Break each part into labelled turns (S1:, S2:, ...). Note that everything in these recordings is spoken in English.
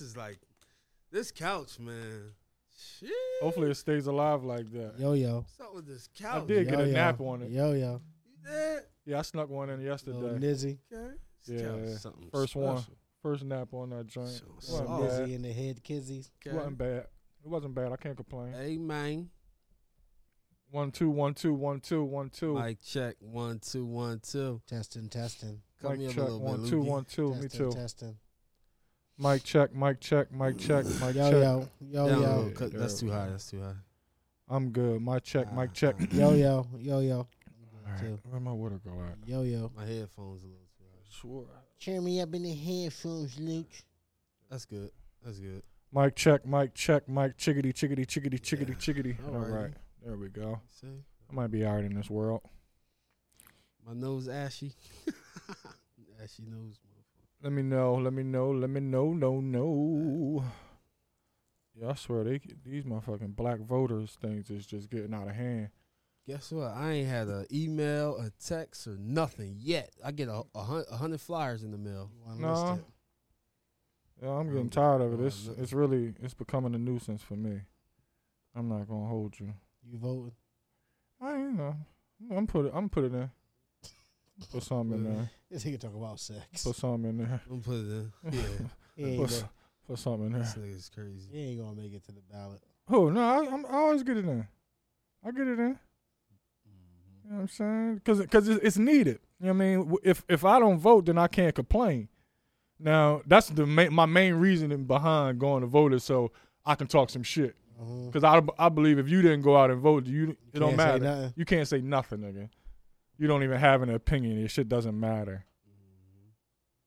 S1: is like this couch, man. Shit.
S2: Hopefully it stays alive like that.
S3: Yo yo.
S1: What's up with this
S2: I
S1: couch?
S2: did get
S3: Yo,
S2: a
S3: yo.
S2: nap on it.
S3: Yo yo.
S1: You did?
S2: Yeah, I snuck one in
S3: Little
S2: yesterday.
S3: Nizzy.
S1: Okay. This
S2: Yeah,
S1: couch is
S2: yeah.
S1: something
S2: First one.
S1: special.
S2: First nap on that joint.
S1: So
S2: It
S1: soft.
S2: wasn't,
S1: Oh,
S2: bad.
S3: Nizzy in the head kizzies.
S2: It wasn't bad. It wasn't bad. I can't complain.
S1: Okay. Hey, man.
S2: One two one two one two one two.
S1: Mic check. One, two, one, two.
S3: Testing, testing.
S1: Come here a
S2: Mic check
S1: little bit.
S2: one two
S1: Loogie.
S2: one two. Me
S3: testing,
S2: too.
S3: testing.
S2: Mic check. Mic check. Mic check. Mic
S3: Yo
S2: check.
S3: yo. Yo
S1: Down a
S3: yo.
S1: little, 'cause
S2: Yeah,
S1: That's too
S2: yeah.
S1: high. That's too high.
S2: I'm good. Mic check. mic check.
S1: Uh,
S3: Yo yo. Yo yo.
S2: All right.
S3: too.
S2: Where my water go at?
S3: Yo yo.
S1: My headphones a little too high.
S2: Sure.
S3: Cheer me up in the headphones, Luke.
S1: That's good. That's good.
S2: Mic check. Mic check. Mic chickity chickity chickity chickity
S1: Yeah.
S2: chickity. All
S1: Alrighty.
S2: right. There we go.
S1: See?
S2: I might be alright in this world.
S1: My nose ashy. ashy nose.
S2: Let me know. Let me know. Let me know. No, no. Yeah, I swear they these motherfucking black voters things is just getting out of hand.
S1: Guess what? I ain't had an email, a text, or nothing yet. I get a, a, hun- a hundred flyers in the mail.
S3: You wanna
S2: No.
S3: list it?
S2: Yeah, I'm
S1: I'm
S2: getting
S1: get-
S2: tired of it.
S1: uh,
S2: It's
S1: look-
S2: it's really it's becoming a nuisance for me. I'm not gonna hold you.
S3: You voting?
S2: I you know I'm put it I'm put it in. Put something in there.
S3: This nigga talk about sex.
S2: Put something in there.
S1: I'm put it in. Yeah,
S3: He ain't,
S2: Put,
S3: go,
S2: s- put something in there.
S1: this nigga's crazy.
S3: he ain't gonna make it to the ballot.
S2: Oh no, I, I'm I always get it in. I get it in. You know what I'm saying? Because because it's needed. You know what I mean? W- If if I don't vote, then I can't complain. Now that's the ma- my main reasoning behind going to vote is so I can talk some shit.
S3: Uh-huh.
S2: Because I, I believe if you didn't go out and vote, you it don't
S3: Can't say
S2: matter.
S3: nothing.
S2: You can't say nothing, nigga. You don't even have an opinion. Your shit doesn't matter.
S1: Mm-hmm.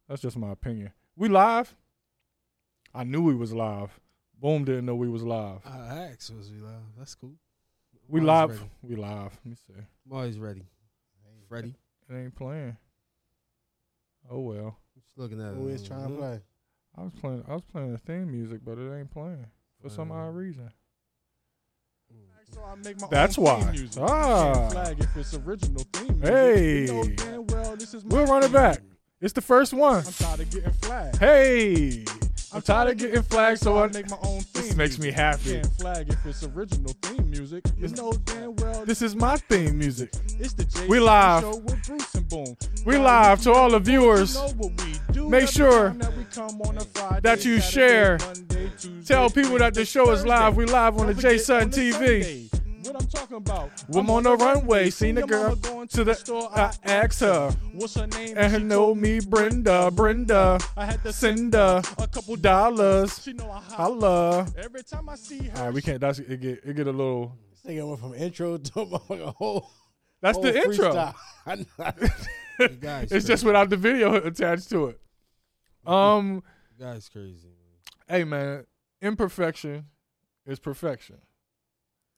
S2: That's just my opinion. We live. I knew we was live. Boom didn't know we was live.
S1: Mm-hmm. I asked was we live. That's cool.
S2: We
S1: I'm
S2: live.
S1: always ready.
S2: We live. Let me see.
S1: I'm always ready. Ready.
S2: It ain't playing. Oh well.
S1: Just looking at Mm-hmm.
S3: Who
S1: it.
S3: is trying to play?
S2: I was playing. I was playing the theme music, but it ain't playing for some
S1: Uh,
S4: Mm.
S2: odd reason.
S4: So I make my
S2: That's
S4: own
S2: why.
S4: theme music.
S2: Ah.
S4: Can't flag if it's original theme music.
S2: Hey.
S4: You know damn well this is my
S2: We'll run it
S4: theme
S2: back.
S4: music.
S2: It's the first one.
S4: I'm tired of getting flagged.
S2: Hey, I'm tired of getting flagged, so I.
S4: make my own theme.
S2: This makes me
S4: music.
S2: happy.
S4: Can't flag if it's original theme music. You know damn well
S2: This is my theme music.
S4: it's the Jay
S2: We live.
S4: show with Bruce and Boom.
S2: We
S4: Now,
S2: live to all the
S4: you
S2: viewers.
S4: know what we do
S2: Make
S4: every
S2: sure
S4: time that, we come on a Friday,
S2: that you
S4: Saturday,
S2: share.
S4: Monday, Tuesday,
S2: Tell people that the show is
S4: Thursday.
S2: live. We live on
S4: Don't
S2: the
S4: forget
S2: J Sun
S4: the
S2: TV.
S4: Sunday. What I'm talking about.
S2: I'm on the runway, seen the
S4: your mama
S2: girl
S4: going
S2: to the- I asked her.
S4: What's her name?
S2: And her
S4: She
S2: know
S4: told
S2: me, Brenda, Brenda,
S4: I had to send
S2: Cinda,
S4: her a couple
S2: dollars.
S4: She know I holla.
S2: Holla.
S4: Every time I see her,
S2: All right, we can't. That's it. Get it get a little.
S3: This nigga went from intro to a whole.
S2: That's
S3: whole
S2: the intro.
S3: freestyle. I know.
S1: The guy's
S2: It's
S1: crazy.
S2: just without the video attached to it. Um.
S1: The guy's crazy. man.
S2: Hey man, imperfection is perfection.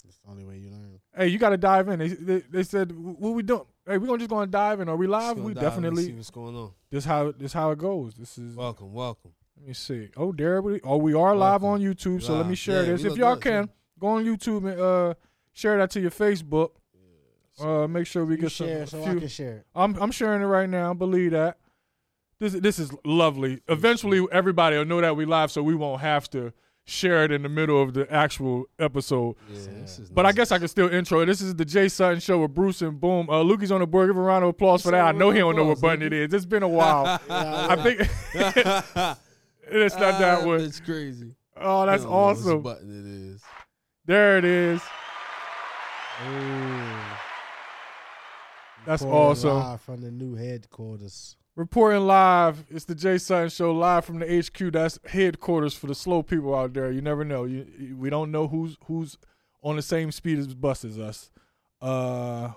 S3: That's the only way you learn.
S2: Hey, you got to dive in. They, they, they said, "What we doing? Hey, we gonna just gonna dive in? Are we
S1: Just
S2: live?
S1: gonna
S2: We
S1: dive in and see
S2: definitely.
S1: what's going on.
S2: This how this how it goes. This is.
S1: Welcome, welcome.
S2: Let me see. Oh, there we. Oh, we are live on
S1: Welcome.
S2: YouTube. So let me
S1: Live.
S2: share
S1: Yeah,
S2: this.
S1: we
S2: If
S1: look
S2: y'all
S1: good,
S2: can go on YouTube and uh share that to your Facebook. Uh, make sure we
S3: You
S2: get some.
S3: share
S2: a
S3: so
S2: few-
S3: I can share.
S2: I'm I'm sharing it right now. Believe that. This this is lovely. Eventually, everybody will know that we live, so we won't have to share it in the middle of the actual episode.
S1: Yeah, this is
S2: But I
S1: nice.
S2: guess I can still intro. it. This is the Jay Sutton Show with Bruce and Boom. Uh, Lukey's on the board. Give him a round of applause for that. I know he don't know what button it is. It's been a while. I think it's not that one.
S1: It's Ah, crazy.
S2: Oh, that's
S1: I don't know which
S2: awesome.
S1: Button it is.
S2: There it is. That's awesome.
S3: Live from the new headquarters.
S2: Reporting live. It's the Jay Sutton Show live from the HQ. That's headquarters for the slow people out there. You never know. You, you- we don't know who's who's on the same speed as bus as us. Uh,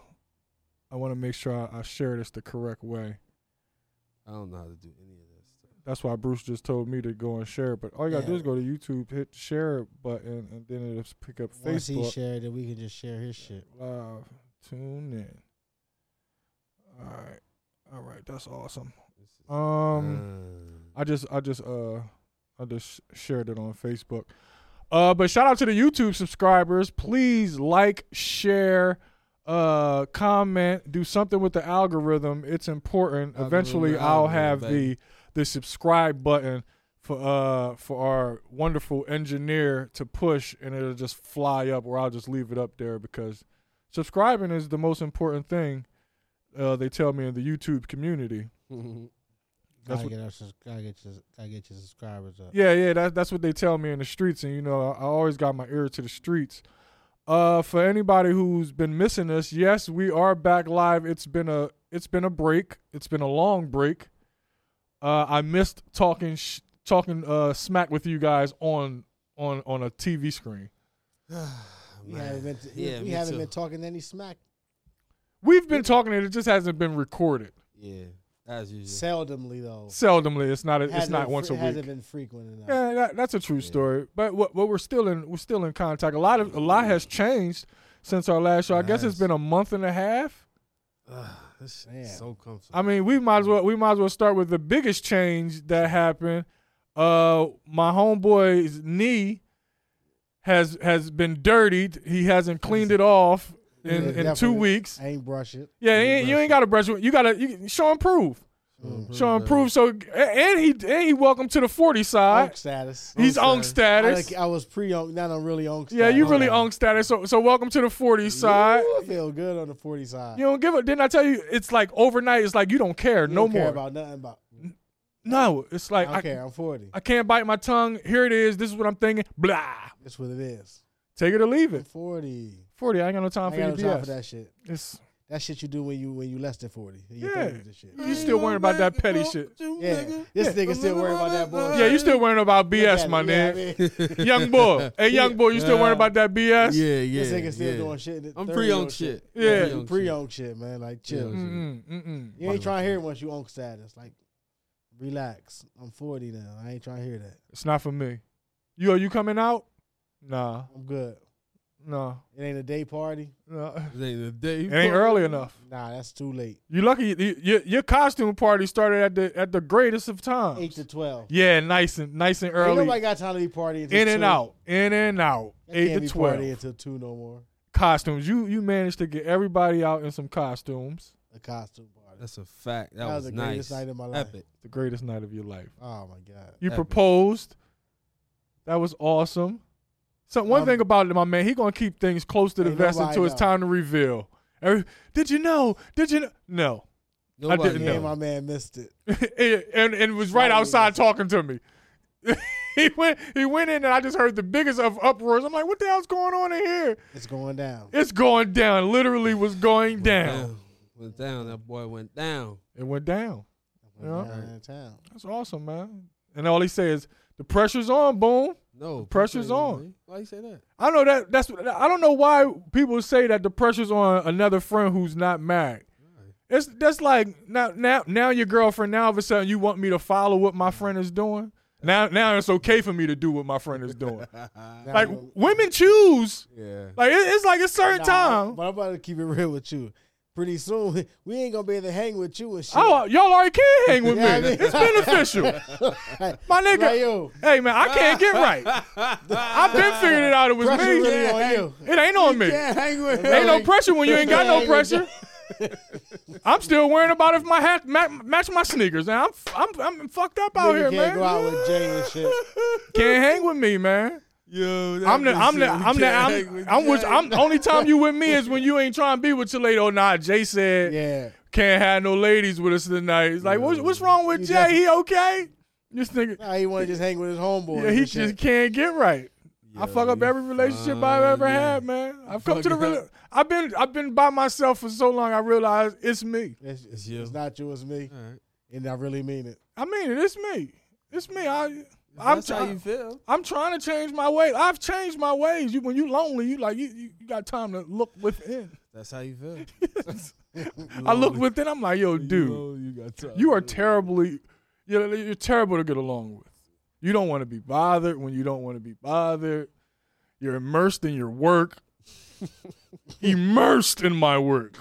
S2: I want to make sure I, I share this the correct way.
S1: I don't know how to do any of that stuff.
S2: That's why Bruce just told me to go and share it. But all you gotta do is
S3: Yeah.
S2: go to YouTube, hit the share button, and then it'll pick up
S3: Once he
S2: Facebook
S3: shared it, we can just share his shit.
S2: live. Tune in. All right, all right, that's awesome.
S1: This is-
S2: Um,
S1: Ah.
S2: I just, I just, uh, I just shared it on Facebook. Uh, but shout out to the YouTube subscribers. Please like, share, uh, comment, do something with the algorithm. It's important.
S1: Algorithm,
S2: Eventually, I'll
S1: algorithm,
S2: have
S1: baby.
S2: the the subscribe button for uh for our wonderful engineer to push and it'll just fly up or I'll just leave it up there because subscribing is the most important thing uh they tell me in the YouTube community. That's
S3: Gotta
S2: what-
S3: get, our, sus- gotta, get your, gotta get your subscribers up.
S2: Yeah, yeah, that, that's what they tell me in the streets, and you know, I, I always got my ear to the streets. Uh, for anybody who's been missing us, yes, we are back live. It's been a it's been a break. It's been a long break. Uh, I missed talking sh- talking uh smack with you guys on on on a TV screen.
S3: We haven't been, t-
S1: yeah,
S3: we
S1: me
S3: haven't
S1: too.
S3: been talking any smack.
S2: We've been talking, and it just hasn't been recorded.
S1: yeah, as usual.
S3: Seldomly though.
S2: Seldomly, it's not a, it's
S3: Hasn't
S2: not
S3: been
S2: once
S3: fre-
S2: a week.
S3: Hasn't been frequent enough.
S2: Yeah, that, that's a true story. But what, what we're still in we're still in contact. A lot of a lot has changed since our last show. I guess it's
S1: Yes.
S2: been a month and a half.
S1: Ugh, this shit
S3: Man.
S1: is so comfortable.
S2: I mean, we might as well we might as well start with the biggest change that happened. Uh, my homeboy's knee has has been dirtied. He hasn't cleaned it off in,
S3: Yeah,
S2: in two
S3: definitely.
S2: weeks.
S3: I ain't brush it.
S2: Yeah, you ain't, you ain't got to brush. it. You got to you, show and prove.
S3: Mm.
S2: Show and prove. So and and he and he welcome to the forty side.
S3: Unk status.
S2: He's
S1: Unk
S2: on
S1: status.
S2: status.
S3: I, like, I was pre unk. Now I'm really unk.
S2: Yeah, you
S3: status.
S2: really
S3: Okay.
S2: on status. So, so welcome to the 40 side.
S3: Ooh, I feel good on the forty side.
S2: You don't give up. Didn't I tell you? It's like overnight. It's like you don't care
S3: You
S2: no
S3: don't care
S2: more.
S3: about nothing about.
S2: no, it's
S3: I
S2: like
S3: don't
S2: I,
S3: care. I'm forty.
S2: I can't bite my tongue. Here it is. This is what I'm thinking. Blah.
S3: That's what it is.
S2: Take it or leave
S3: I'm
S2: it.
S3: forty.
S2: 40. I ain't got no
S3: I
S2: time
S3: ain't
S2: for your
S3: got no time
S2: BS.
S3: for that shit.
S2: It's,
S3: That shit you do when you when you less than forty. in your
S2: Yeah.
S3: 30s and shit.
S2: you still worrying about that petty shit.
S3: Yeah, this nigga still worried about that bullshit.
S2: Yeah, you still worrying about
S3: Look at
S2: BS,
S3: it,
S2: my
S3: you know what I
S2: nigga.
S3: mean?
S2: Young boy. Hey, young boy, you still worrying
S1: Yeah.
S2: about that BS?
S1: Yeah, yeah.
S3: This nigga still
S1: yeah.
S3: doing shit. that
S1: I'm
S3: 30
S1: pre
S3: year old
S1: on shit.
S2: Yeah.
S1: Pre-owned
S3: pre
S1: shit.
S3: owned shit, man. Like chill.
S1: Yeah.
S2: Mm-mm, mm-mm.
S3: You ain't trying to hear it once you on status. Like, relax. I'm 40 now. I ain't trying to hear that.
S2: It's not for me. You, are you coming out? Nah,
S3: I'm good.
S2: nah,
S3: It ain't a day party.
S2: nah.
S1: It ain't the day.
S2: It ain't early enough.
S3: Nah, that's too late.
S2: You lucky you, your your costume party started at the at the greatest of
S3: Eight
S2: times.
S3: to twelve.
S2: Yeah, nice and nice and
S3: Ain't
S2: early.
S3: nobody got time to be partying. until
S2: in and
S3: two.
S2: out, in and out.
S3: I
S2: Eight
S3: can't
S2: to
S3: be
S2: twelve
S3: partying until two no more.
S2: costumes. You you managed to get everybody out in some costumes.
S3: A costume party.
S1: That's a fact. That,
S3: That
S1: was,
S3: was the
S1: nice.
S3: greatest night of my life.
S1: Epic.
S2: The greatest night of your life.
S3: Oh my god.
S2: You
S1: Epic.
S2: proposed. That was awesome. So one
S3: Um,
S2: thing about it, my man, he gonna keep things close to the
S3: ain't
S2: vest
S3: nobody
S2: until it's
S3: know.
S2: time to reveal. Every- did you know? Did you know? No.
S1: Nobody
S2: didn't
S3: Yeah,
S2: know.
S3: my man missed it.
S2: and, eh, and and was right
S3: Not
S2: outside talking to me. he went he went in and I just heard the biggest of uproars. I'm like, what the hell's going on in here?
S3: It's going down.
S2: It's going down. Literally was going down.
S1: Down. Went down. That boy went down.
S2: It went down.
S3: Going
S2: Yeah.
S3: down in town.
S2: That's awesome, man. And all he says, the pressure's on, boom.
S1: No
S2: pressure's
S1: people ain't
S2: on.
S1: leave. Why you say that?
S2: I know that that's what I don't know why people say that the pressure's on another friend who's not married. It's that's like now now now your girlfriend now all of a sudden you want me to follow what my friend is doing. Now now it's okay for me to do what my friend is doing.
S3: Now
S2: like
S3: I'm gonna-
S2: women choose.
S1: Yeah.
S2: Like it, it's like a certain
S3: Nah,
S2: time.
S3: But I'm about to keep it real with you. Pretty soon, we ain't gonna be able to hang with you and shit.
S2: Oh, y'all already can hang with me.
S3: Yeah, I mean-
S2: It's beneficial. My nigga,
S3: Like, yo,
S2: hey man, I can't get right. I've been figuring it out. It was
S3: pressure
S2: me.
S3: really on you.
S2: It ain't on me.
S3: Can't hang with
S2: Ain't no
S3: like,
S2: pressure when you ain't got no
S3: Hang with
S2: pressure. I'm still worrying about if my hat ma- match my sneakers, and I'm I'm I'm fucked up out
S3: Nigga
S2: here,
S3: can't
S2: man.
S3: go out with Jay and shit.
S2: Can't hang with me, man.
S1: Yo, that
S2: I'm the
S1: bitch
S2: I'm the
S1: said we
S2: I'm the
S1: can't
S2: I'm
S1: hang with
S2: I'm, with,
S1: Jay.
S2: I'm the only time you with me is when you ain't trying to be with your lady. Oh nah, Jay said
S3: Yeah,
S2: can't have no ladies with us tonight. It's like, what's, what's wrong with
S3: You
S2: Jay?
S3: definitely-
S2: He okay? This nigga,
S3: nah, he want to just hang with his homeboy.
S2: yeah, he just can't get right. I
S1: Yo,
S2: fuck up
S1: you
S2: every relationship I've
S1: fine,
S2: ever
S1: yeah.
S2: had, man. I've come to the
S1: fuck
S2: real.
S1: up.
S2: I've been I've been by myself for so long. I realized it's me.
S3: It's,
S1: It's you.
S3: it's not you, it's me,
S1: All right.
S3: and I really mean it.
S2: I mean it. It's me. It's me. I I'm
S1: That's how
S2: trying.
S1: you feel.
S2: I'm trying to change my ways. I've changed my ways. You when you lonely, you like you, you, you got time to look within.
S1: That's how you feel.
S2: I look within. I'm like, yo, dude.
S1: you, got time.
S2: You are terribly, you're, you're terrible to get along with. You don't want to be bothered when you don't want to be bothered. You're immersed in your work. immersed in my work.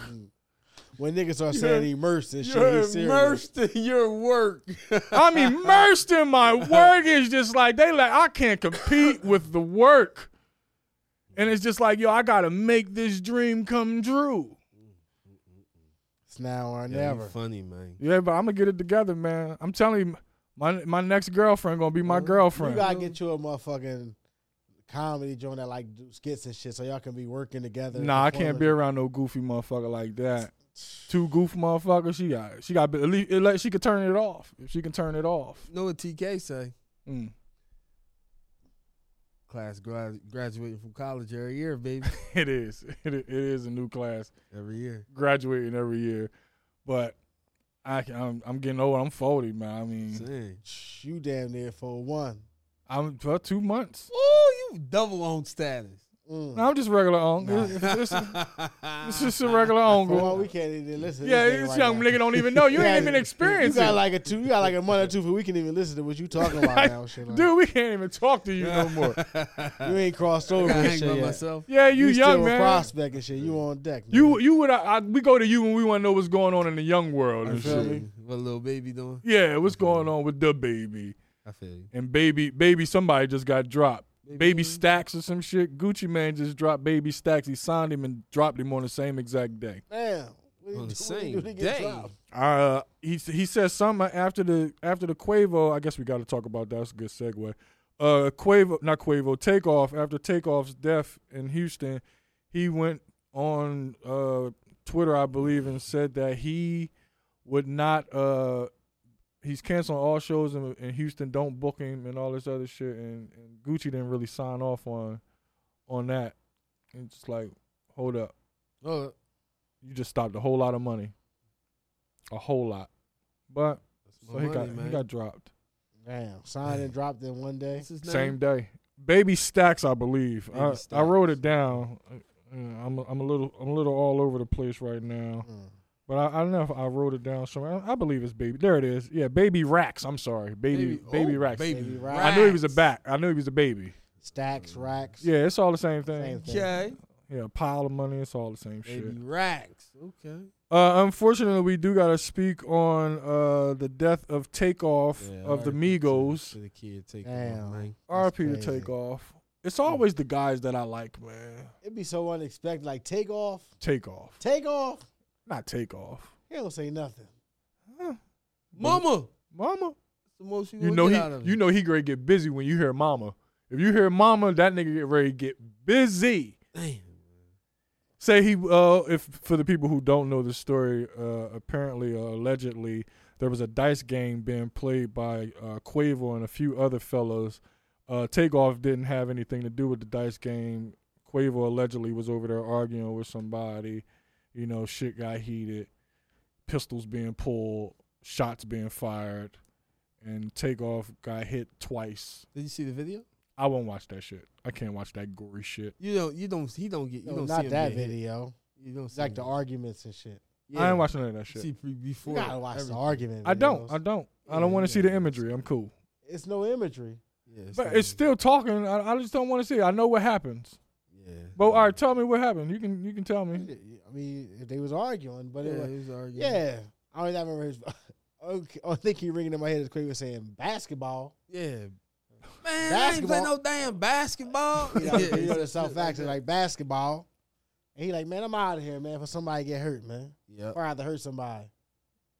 S3: When niggas are
S1: You're-
S3: saying immersed and shit,
S1: You're
S3: he's serious.
S1: immersed in your work.
S2: I'm immersed in my work. It's just like they like I can't compete with the work. And it's just like, yo, I gotta make this dream come true.
S3: It's now or
S1: Yeah, you
S3: never.
S1: funny man.
S2: Yeah, but I'm gonna get it together, man. I'm telling you, My my next girlfriend gonna be my girlfriend.
S3: You gotta get you a motherfucking comedy joint that like do skits and shit, so y'all can be working together.
S2: Nah, I can't be around no goofy motherfucker like that. Too goof motherfucker. She got she got at least at least she could turn it off. If she can turn it off.
S1: You know what TK say?
S2: Mm.
S1: Class grad graduating from college every year, baby.
S2: It is. It, it is a new class
S1: every year.
S2: graduating every year, but I can- I'm I'm getting old. I'm forty, man. I mean,
S1: Same.
S3: Shh, You damn near for one.
S2: I'm for two months.
S1: Ooh, you double on status.
S3: Mm.
S2: No, I'm just regular on. It's, it's, it's just a regular on.
S3: For one,
S2: girl.
S3: we can't even listen. To
S2: Yeah,
S3: this thing
S2: this
S3: right
S2: young
S3: now.
S2: nigga don't even know. You
S3: Yeah,
S2: ain't even experienced
S3: You
S2: it.
S3: got like a two. You got like a month or two, but we can even listen to what you talking about now. Shit, like,
S2: Dude, we can't even talk to you no more.
S3: you ain't crossed
S1: I
S3: over and
S1: hang
S3: shit
S1: by
S3: yet.
S1: myself.
S2: Yeah, you,
S3: still
S2: young
S3: a
S2: man.
S3: prospect and shit. You on deck.
S2: You
S3: nigga.
S2: you would I, I, we go to you when we want to know what's going on in the young world
S3: I
S2: and
S3: feel
S2: shit.
S3: you.
S1: What little baby doing?
S2: Yeah, what's going on with the baby
S1: I feel you.
S2: and baby baby? Somebody just got dropped.
S1: Baby
S2: Baby,
S1: who?
S2: Stacks or some shit. Gucci man just dropped Baby Stacks. He signed him and dropped him on the same exact day.
S3: damn. What do you
S1: On the
S3: do- what do you
S1: same
S3: do to get
S1: day.
S3: dropped?
S2: Uh, he he says something after the after the Quavo. I guess we got to talk about that. That's a good segue. Uh, Quavo, not Quavo. Takeoff after Takeoff's death in Houston, he went on uh Twitter, I believe, and said that he would not uh he's canceling all shows in, in Houston. Don't book him and all this other shit. And, and Gucci didn't really sign off on on that. And just like, hold up,
S1: Oh,
S2: you just stopped a whole lot of money, a whole lot, but.
S1: that's
S2: So
S1: my
S2: he
S1: money,
S2: got
S1: man.
S2: he got dropped
S3: Damn. Signed and dropped in one day.
S1: What's his name?
S2: same day. Baby Stacks, I believe.
S1: Baby
S2: I, I
S1: Stacks.
S2: wrote it down. Uh, I'm a, I'm a little I'm a little all over the place right now,
S3: Mm.
S2: but I, I don't know if I wrote it down somewhere. I, I believe it's baby. There it is. Yeah, baby Racks. I'm sorry, baby baby,
S1: oh,
S2: Racks.
S1: Baby,
S3: Baby
S1: Racks.
S2: I knew he was a back. I knew he was a baby.
S3: Stacks,
S1: Mm.
S3: racks.
S2: Yeah, it's all the same thing.
S3: Same thing.
S1: Okay.
S2: Yeah, pile of money. It's all the same shit.
S1: Baby Racks. Okay.
S2: Uh, unfortunately, we do gotta speak on uh, the death of Takeoff of the Migos.
S1: To the kid, take
S3: Damn.
S1: man.
S3: That's
S2: RP to
S3: crazy.
S2: take off. It's always the guys that I like, man.
S3: It'd be so unexpected. Like take off,
S2: Take off,
S3: take off.
S2: not take off.
S3: He don't say nothing.
S2: Huh.
S1: Mama. That's
S2: mama.
S1: the most you,
S2: You
S1: gonna
S2: know
S1: get out of
S2: he. You know he great get busy when you hear mama. If you hear mama, that nigga get ready to get busy.
S1: Damn.
S2: Say he. Uh, if for the people who don't know the story, uh, apparently, uh, allegedly, there was a dice game being played by uh, Quavo and a few other fellows. Uh, Takeoff didn't have anything to do with the dice game. Quavo allegedly was over there arguing with somebody. You know, shit got heated, pistols being pulled, shots being fired, and Takeoff got hit twice.
S1: Did you see the video?
S2: I won't watch that shit. I can't watch that gory shit.
S1: You don't. You don't. He don't get. You
S3: No,
S1: don't see
S3: not
S1: him
S3: that
S1: get hit. Mm.
S3: video.
S1: You don't
S3: It's
S1: see
S3: like
S1: him
S3: the
S1: get-
S3: arguments and shit.
S1: Yeah.
S2: I ain't watching none of that shit.
S1: See pre- before.
S3: You gotta watch
S1: everything.
S3: the argument.
S2: I don't.
S3: videos.
S2: I don't. I
S1: Yeah,
S2: don't want
S1: yeah,
S2: to see the
S1: yeah,
S2: imagery.
S1: it's
S2: I'm cool.
S3: It's no imagery.
S1: Yeah,
S2: But
S1: not
S2: it's
S1: good.
S2: still talking. I, I just don't want to see it. I know what happens.
S1: Yeah.
S2: But all right, tell me what happened. You can you can tell me.
S3: I mean, if they was arguing, but
S1: Mm. yeah,
S3: it was
S1: he was arguing.
S3: yeah. I don't even remember his. Okay, I think he ringing in my head as quick as saying basketball.
S1: Yeah. Man, I ain't play
S3: Basketball.
S1: no damn basketball.
S3: You know,
S1: Yeah,
S3: you know the
S1: it's
S3: South
S1: shit like
S3: accent
S1: that.
S3: like basketball. And he like, man, I'm out of here, man. For somebody get hurt, man,
S1: Yep.
S3: or I have to hurt somebody.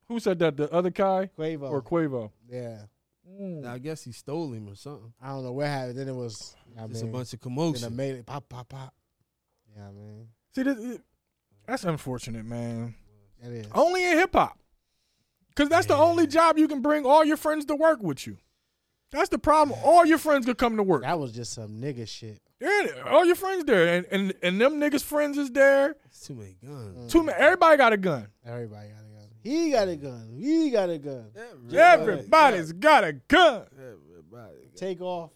S2: Who said that? The other guy
S3: Quavo.
S2: or Quavo?
S3: yeah,
S2: Oh. Mm.
S1: Now, I guess he stole him or something.
S3: I don't know what happened. Then it was. I
S1: Just a
S3: mean,
S1: bunch of
S3: Then I
S1: commotion.
S3: made it pop, pop, pop. Yeah, I mean,
S2: See, this, it- that's unfortunate, man.
S3: it is.
S1: Oh.
S2: Only in hip hop, because that's the only job you can bring all your friends to work with you. That's the problem. All your friends could come to work.
S3: that was just some nigga shit.
S2: Yeah, all your friends there, and and, and them niggas' friends is there.
S1: It's too many guns.
S2: Too many. Everybody got a gun.
S3: Everybody got a gun. He got a gun. We got a gun.
S2: Everybody's got a gun.
S1: Everybody.
S3: Take off.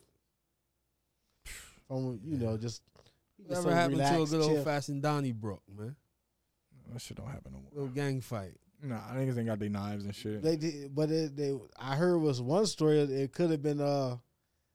S3: From you know just.
S1: Whatever
S3: just some
S1: happened to a
S3: relaxed
S1: good old
S3: chill.
S1: fashioned Donnybrook, man?
S2: That shit don't happen no more.
S1: Little gang fight.
S2: Nah, niggas ain't got their knives and shit.
S3: They did, but it, they I heard was one story. It could have been uh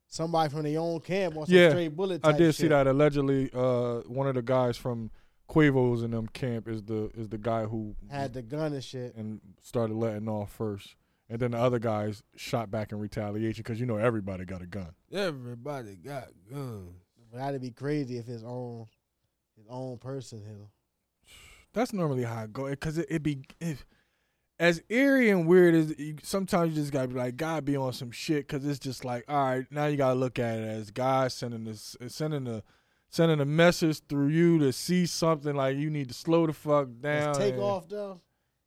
S3: somebody from their own camp or some
S2: Yeah,
S3: straight bullet.
S2: I
S3: type
S2: did see
S3: shit.
S2: that allegedly. Uh, one of the guys from Quavo's in them camp is the is the guy who
S3: Had the gun and shit.
S2: and started letting off first, and then the other guys shot back in retaliation because you know everybody got a gun.
S1: Everybody got guns.
S3: But that'd be crazy if his own his own person hit him.
S2: That's normally how it go because it, it be if as eerie and weird as you, sometimes you just gotta be like God be on some shit because it's just like all right now you gotta look at it as God sending this sending a sending a message through you to see something like you need to slow the fuck down.
S3: Take
S2: and
S3: off though.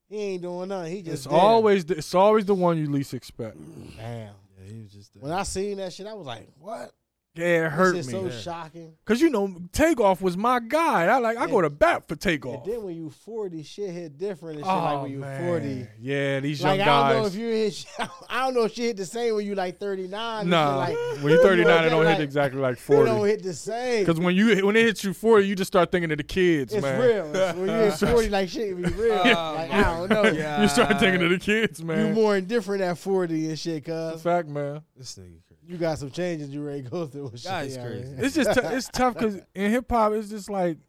S3: He ain't doing nothing. He just Mm.
S2: It's
S3: there.
S2: always the, it's always the one you least expect.
S3: damn.
S1: Yeah, he was just.
S3: When I seen that shit, I was like, "What?
S2: Yeah, it hurt me.
S3: this is so shocking."
S2: Cause you know, takeoff was my guy. I like I go to
S3: Yeah.
S2: bat for
S3: And
S2: takeoff.
S3: then when you forty, shit hit different and shit.
S2: oh,
S3: like when you
S2: man.
S3: forty,
S2: Yeah, these young
S3: like I
S2: guys.
S3: don't know if you hit. I don't know if shit hit the same when you like thirty nine.
S2: nah,
S3: like,
S2: when you're 39, it don't
S3: like,
S2: hit exactly like
S3: It don't
S2: 40.
S3: hit the same.
S2: Because when you when it hits you 40, you just start thinking of the kids,
S3: It's
S2: man.
S3: real. It's- when you're 40, like shit be real. like, I don't know.
S2: you start thinking of the kids,
S3: You
S2: man.
S3: more indifferent at 40 and shit,
S2: That's
S3: cuz.
S2: a fact, man.
S1: This nigga crazy.
S3: You got some changes you ready to go through. and shit,
S1: God is
S3: yeah,
S1: crazy.
S3: man.
S2: It's just t- it's tough because in hip hop, it's just like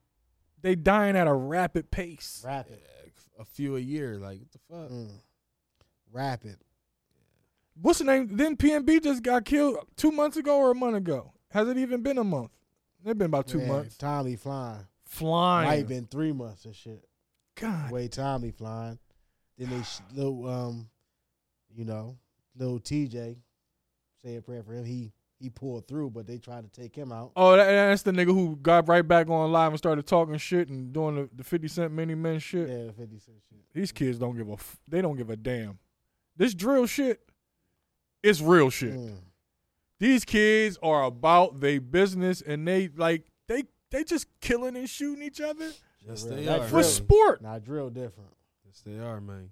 S2: they dying at a rapid pace.
S3: Rapid.
S1: A few a year, like what the fuck?
S3: Mm. Rapid.
S2: What's the name? Then PNB just got killed two months ago or a month ago. Has it even been a month? It's been about two
S3: Man,
S2: months.
S3: Tommy flying.
S2: Flying.
S3: Might been three months and shit.
S2: God
S3: Way Tommy flying. Then they sh- little um, you know, little TJ. Say a prayer for him. He he pulled through, but they tried to take him out.
S2: Oh, that, that's the nigga who got right back on live and started talking shit and doing the, the Fifty Cent Mini Men shit.
S3: Yeah, the 50 cent shit.
S2: These kids don't give a f- they don't give a damn. This drill shit, it's real shit.
S3: Mm.
S2: These kids are about they business and they like they they just killing and shooting each other
S1: Yes,
S3: real.
S1: they
S3: Like
S1: are.
S2: for
S3: Really?
S2: sport.
S3: Now drill different.
S1: Yes, they are, man.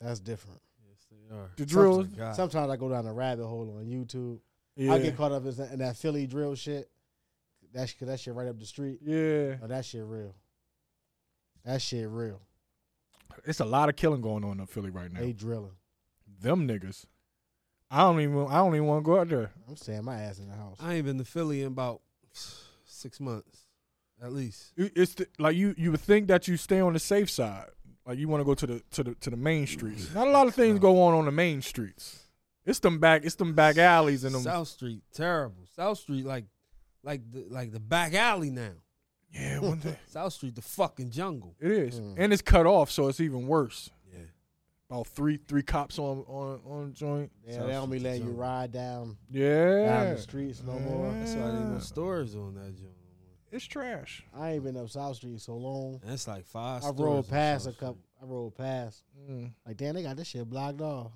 S3: That's different.
S1: Yes, they are.
S2: The drill,
S1: Something like that.
S3: Sometimes I go down a rabbit hole on YouTube.
S2: yeah,
S3: I get caught up in that, in that Philly drill shit. That shit, that shit right up the street.
S2: yeah.
S3: Oh, that shit real. That shit real.
S2: It's a lot of killing going on in Philly right now.
S3: They drilling.
S2: Them niggas, I don't even I don't even want to go out there.
S3: I'm staying my ass in the house.
S1: I ain't been to Philly in about six months, at least.
S2: It- it's the, like you you would think that you stay on the safe side. Like you want to go to the to the to the main streets. Not a lot of things go on on the main streets. It's them back it's them back alleys and them
S1: South Street, terrible. South Street, like, like the like the back alley now.
S2: yeah. One day.
S1: South Street, the fucking jungle.
S2: It is,
S3: Mm.
S2: and it's cut off, so it's even worse.
S1: Yeah.
S2: About three three cops on on on joint.
S3: Yeah, they don't be letting you ride down down
S2: Yeah,
S3: the streets no more.
S1: That's why they no
S2: Yeah.
S1: stores on that joint.
S2: It's trash.
S3: I ain't been up South Street so long.
S1: That's like five.
S3: I
S1: stores
S3: rolled
S1: on
S3: past a
S1: South
S3: couple. I rolled past.
S2: Mm.
S3: Like damn, they got this shit blocked off.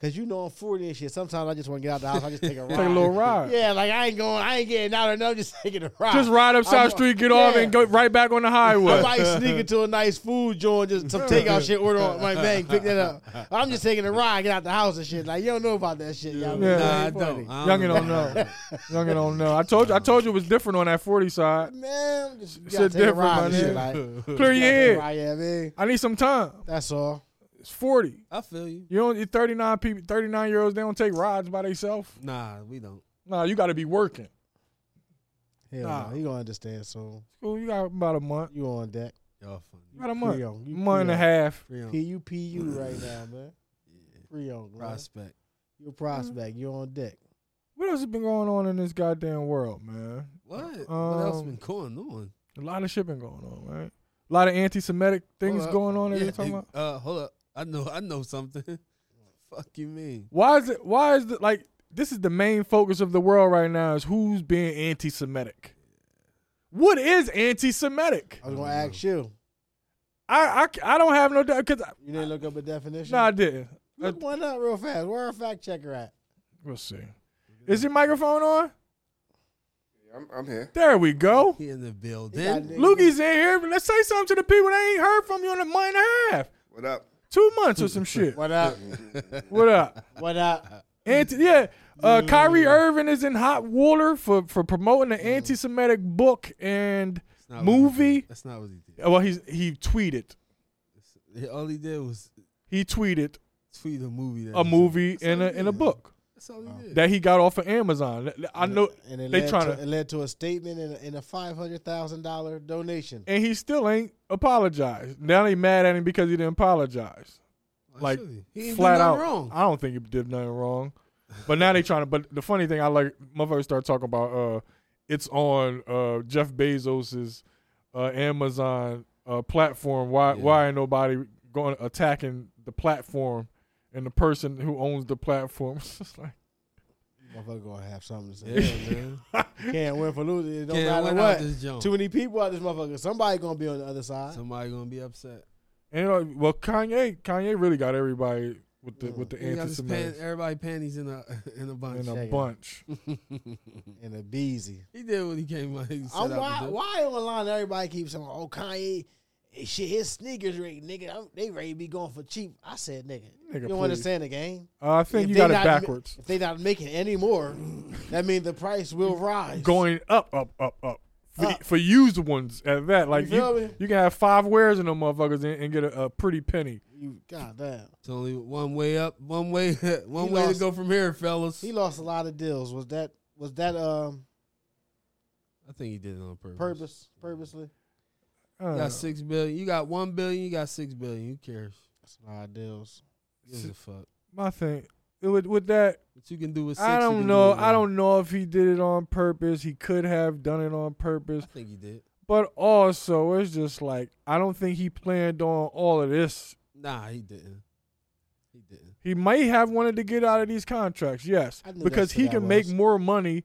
S3: Cause you know I'm 40 and shit. Sometimes I just want to get out the house. I just take a ride.
S2: Take a little ride.
S3: Yeah, like I ain't going. I ain't getting out or nothing. Just taking a ride.
S2: Just ride up South
S3: I'm-
S2: Street, get off,
S3: yeah.
S2: and go right back on the
S3: I
S2: highway.
S3: might sneak into a nice food joint, just some takeout shit, order on my bag, pick that up. I'm just taking a ride, get out the house and shit. Like, you don't know about that shit. Y'all
S1: Street.
S2: Yeah.
S1: Nah, I
S3: Ain't funny.
S1: don't. I
S2: Youngin don't know. Youngin don't know. I told you. I told you it was different on that forty side.
S3: Man, I'm just you
S2: Shit
S3: gotta take a
S2: different,
S3: ride and
S2: my
S3: shit.
S2: nigga.
S3: Like,
S2: Clear your
S3: yeah.
S2: head.
S3: Ride, yeah, man.
S2: I need some time.
S3: That's all.
S2: It's forty.
S1: I feel you.
S2: You don't. you 39 people, 39 year olds, they don't take rides by themselves.
S1: Nah, we don't.
S2: Nah, you got to be working.
S3: Hell
S2: Nah.
S3: no, you gonna understand soon.
S2: Cool, you got about a month,
S3: You on deck.
S1: Y'all funny.
S2: about a month,
S3: Creole. You
S2: month and a
S3: Creole.
S2: half.
S1: Free on.
S3: P-U-P-U right now, man.
S1: Yeah.
S3: Creole, man.
S1: Prospect.
S3: You a prospect. You on deck.
S2: What else has been going on in this goddamn world, man?
S1: What? what else
S2: Um,
S1: been going on?
S2: A lot of shit been going on, right? A lot of anti-Semitic things
S1: Hold up.
S2: going on. that
S1: Yeah,
S2: you're talking
S1: they-
S2: about.
S1: Uh, hold up. I know. I know something. Fuck you mean?
S2: Why is it? Why is it like this? Is the main focus of the world right now is who's being anti-Semitic? What is anti-Semitic?
S3: I was gonna ask you.
S2: I I, I don't have no doubt because
S3: You didn't look up a definition?
S2: no, I didn't. Uh,
S3: Look one up real fast. Where our fact checker at?
S2: We'll see. Is your microphone on?
S5: I'm, I'm here.
S2: There we go.
S1: He in the
S3: Got
S1: building.
S3: niggas-
S2: Lookie's in here. but Let's say something to the people that ain't heard from you in a month and a half,
S5: What up?
S2: two months or some shit.
S3: What up?
S2: What up?
S3: What up?
S2: Anti, yeah. Uh, Kyrie Irving is in hot water for, for promoting an anti-Semitic book, and
S1: That's not what he
S2: Movie.
S1: did. That's not what he did.
S2: well, he's he tweeted,
S1: He- All he did was
S2: he tweeted
S1: tweet a movie. That
S2: a
S1: he-
S2: movie and a in a book
S1: That's all he did.
S2: that he got off of Amazon. I know,
S3: and it
S2: they
S3: led
S2: tryna-
S3: to, it led to a statement and a, and a five hundred thousand dollar donation.
S2: and he still ain't apologized. Now they mad at him because he didn't apologize.
S1: Why
S2: like,
S1: should he? he ain't
S2: Flat
S1: do nothing
S2: out,
S1: wrong.
S2: I don't think he did nothing wrong. But now they trying to. But the funny thing, I like motherfuckers start talking about. Uh, it's on uh Jeff Bezos's uh Amazon uh platform. Why
S1: Yeah.
S2: why ain't nobody going attacking the platform and the person who owns the platform. It's just like
S3: Motherfucker gonna have something
S1: Yeah,
S3: to say.
S1: man.
S3: Can't win for losing. It don't
S1: Can't
S3: matter
S1: win out
S3: what.
S1: this
S2: Oh.
S1: joint.
S3: Too many people out this motherfucker. Somebody gonna be on the other side.
S1: Somebody gonna be upset.
S2: and like, well, Kanye, Kanye really got everybody with the with the
S1: You got this pan,
S2: anti-Semites
S1: everybody panties in a in a bunch.
S2: in a
S3: Check it.
S2: bunch. Uh,
S3: And a beezy.
S1: He did what he came out. He set
S3: I'm,
S1: out
S3: why,
S1: to do.
S3: why online everybody keeps saying, "Oh Kanye, eh, shit, his sneakers rate, nigga, I'm, they ready to be going for cheap." I said, "Nigga,
S2: Nigga,
S3: you don't
S2: please.
S3: understand the game.
S2: Uh, I think
S3: If
S2: you
S3: they
S2: got it
S3: not-
S2: backwards.
S3: If they not making any more, that means the price will rise.
S2: Going up, up, up, up. For,
S1: Uh,
S3: Up.
S2: for used ones at that, like you,
S3: feel
S2: you,
S3: me?
S2: can have five wares in them motherfuckers and, and get a, a pretty penny.
S3: you goddamn,
S1: It's only one way up, one way, one
S3: He
S1: way to
S3: lost.
S1: go from here, fellas.
S3: he lost a lot of deals. Was that was that um
S1: I think he did it on purpose.
S3: purpose purposely?
S2: Uh,
S1: You got six billion. You got one billion. You got six billion. Who cares?
S3: That's a lot of deals.
S1: Gives a fuck.
S2: my thing it would with that
S1: What you can do with six.
S2: I
S1: you
S2: don't
S1: can do
S2: know.
S1: with
S2: I
S1: one.
S2: don't know if he did it on purpose. He could have done it on purpose,
S1: I think he did.
S2: but also it's just like I don't think he planned on all of this.
S1: Nah, he didn't. He didn't.
S2: He might have wanted to get out of these contracts, yes,
S3: I knew
S2: because
S3: that's
S2: he
S3: what I
S2: can make
S3: was.
S2: more money.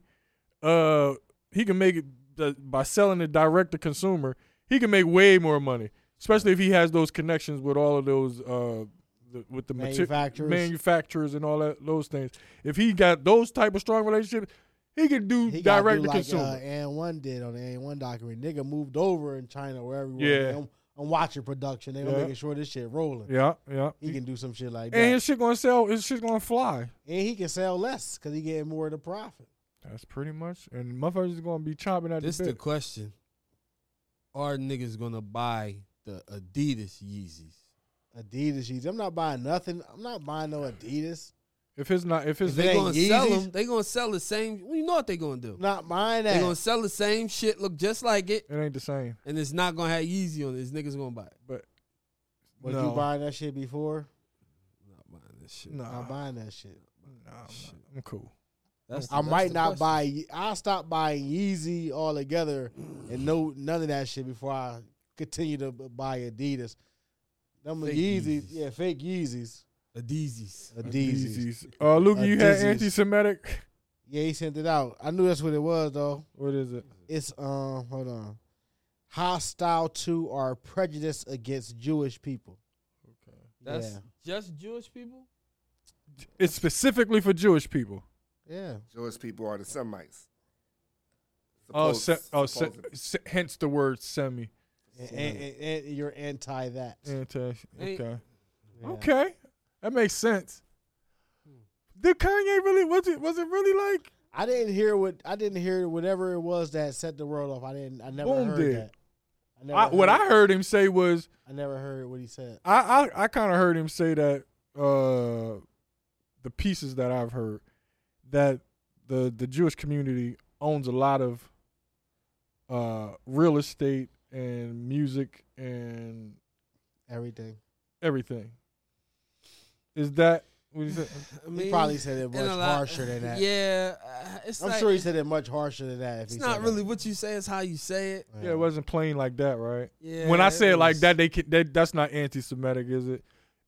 S2: Uh, he can make it the, by selling it direct to consumer. He can make way more money, especially if he has those connections with all of those uh, the, with the mater-
S3: Manufacturers.
S2: manufacturers and all that those things. If he got those type of strong relationships, he could do
S3: He got
S2: direct
S3: do
S2: to
S3: like
S2: consumer.
S3: uh, and one did on the and one documentary. Nigga moved over in China wherever. he was.
S2: Yeah.
S3: I'm, I'm watching production. They are
S2: Yeah.
S3: making sure this shit rolling.
S2: yeah, yeah.
S3: He can do some shit like that.
S2: and his shit gonna sell. His shit gonna fly.
S3: and he can sell less because he getting more of the profit.
S2: That's pretty much. And motherfuckers is gonna be chopping at
S1: This
S2: the
S1: the
S2: bit.
S1: question. Are niggas gonna buy the Adidas Yeezys?
S3: Adidas Yeezys. I'm not buying nothing. I'm not buying no Adidas.
S2: if it's not, if it's
S1: If
S3: it
S1: they
S3: ain't
S1: gonna sell
S3: Yeezys-
S1: them, they gonna sell the same. Well, you know what they gonna do?
S3: I'm not buying
S1: They
S3: that.
S1: gonna sell the same shit, look just like it,
S2: it ain't the same.
S1: and it's not gonna have Yeezy on it. This niggas gonna buy it.
S2: But
S3: Was
S2: no,
S3: you buying that shit before?
S1: Not buying this shit.
S2: no,
S3: Not buying that shit.
S2: nah, I'm, not. I'm cool.
S1: That's the-
S3: I
S1: that's
S3: might
S1: the
S3: not
S1: question.
S3: buy. Ye- I'll stop buying Yeezy altogether and no none of that shit before I continue to b- buy Adidas. Them
S1: Fake
S3: Yeezys,
S1: Yeezys.
S3: yeah, fake Yeezys,
S1: Adidas.
S3: Adidas.
S2: Adizies. Uh, Luke, you had
S3: Adizies.
S2: anti-Semitic.
S3: Yeah, he sent it out. I knew that's what it was though.
S2: What is it?
S3: It's um, hold on, hostile to or prejudice against Jewish people.
S1: That's
S3: Yeah.
S1: just Jewish people.
S2: It's specifically for Jewish people.
S3: Yeah.
S5: Jewish people are the Semites.
S2: Oh,
S5: Suppose-
S2: se- oh, se-
S5: supposedly.
S2: se- hence the word semi.
S3: and, and, and, and you're anti that.
S2: Anti.
S1: Ain't-
S2: Okay.
S3: Yeah. Hmm.
S2: Okay, that makes sense. Did Kanye really was it was it really like
S3: I didn't hear what I didn't hear whatever it was that set the world off. I didn't. I never
S2: Boom
S3: heard
S2: did.
S3: that. I never
S2: I, what I
S3: heard-
S2: heard him say was
S3: I never heard what he said.
S2: I I, I kind of heard him say that uh the pieces that I've heard that the the Jewish community owns a lot of uh real estate and music and
S3: Everything.
S2: everything. Is that what he said?
S1: I
S3: He probably said it
S1: and a
S3: much
S1: lot-
S3: harsher than that.
S1: Yeah, uh, it's
S3: I'm
S1: like,
S3: sure he said it much harsher than that. If
S1: It's
S3: he
S1: not
S3: said
S1: really
S3: That.
S1: what you say; it's how you say it.
S2: Yeah, it wasn't plain like that, right?
S1: Yeah.
S2: when I say it like
S1: was-
S2: that, they can, that that's not anti-Semitic, is it?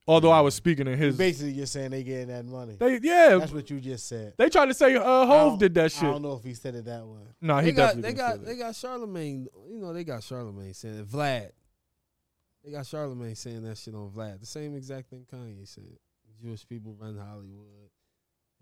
S2: Although I was speaking in his, they
S3: Basically, you're saying they getting that money.
S2: yeah,
S3: That's what you just said.
S2: they tried to say uh,
S3: I
S2: Hove
S3: don't-
S2: did that
S3: I
S2: shit.
S3: don't know if he said it that way.
S2: No, he
S1: they got
S2: definitely
S1: they
S2: didn't
S1: got
S2: say
S1: they
S2: that.
S1: got Charlemagne. You know, they got Charlemagne saying it. Vlad. They got Charlemagne saying that shit on Vlad. The same exact thing Kanye said. Jewish people run Hollywood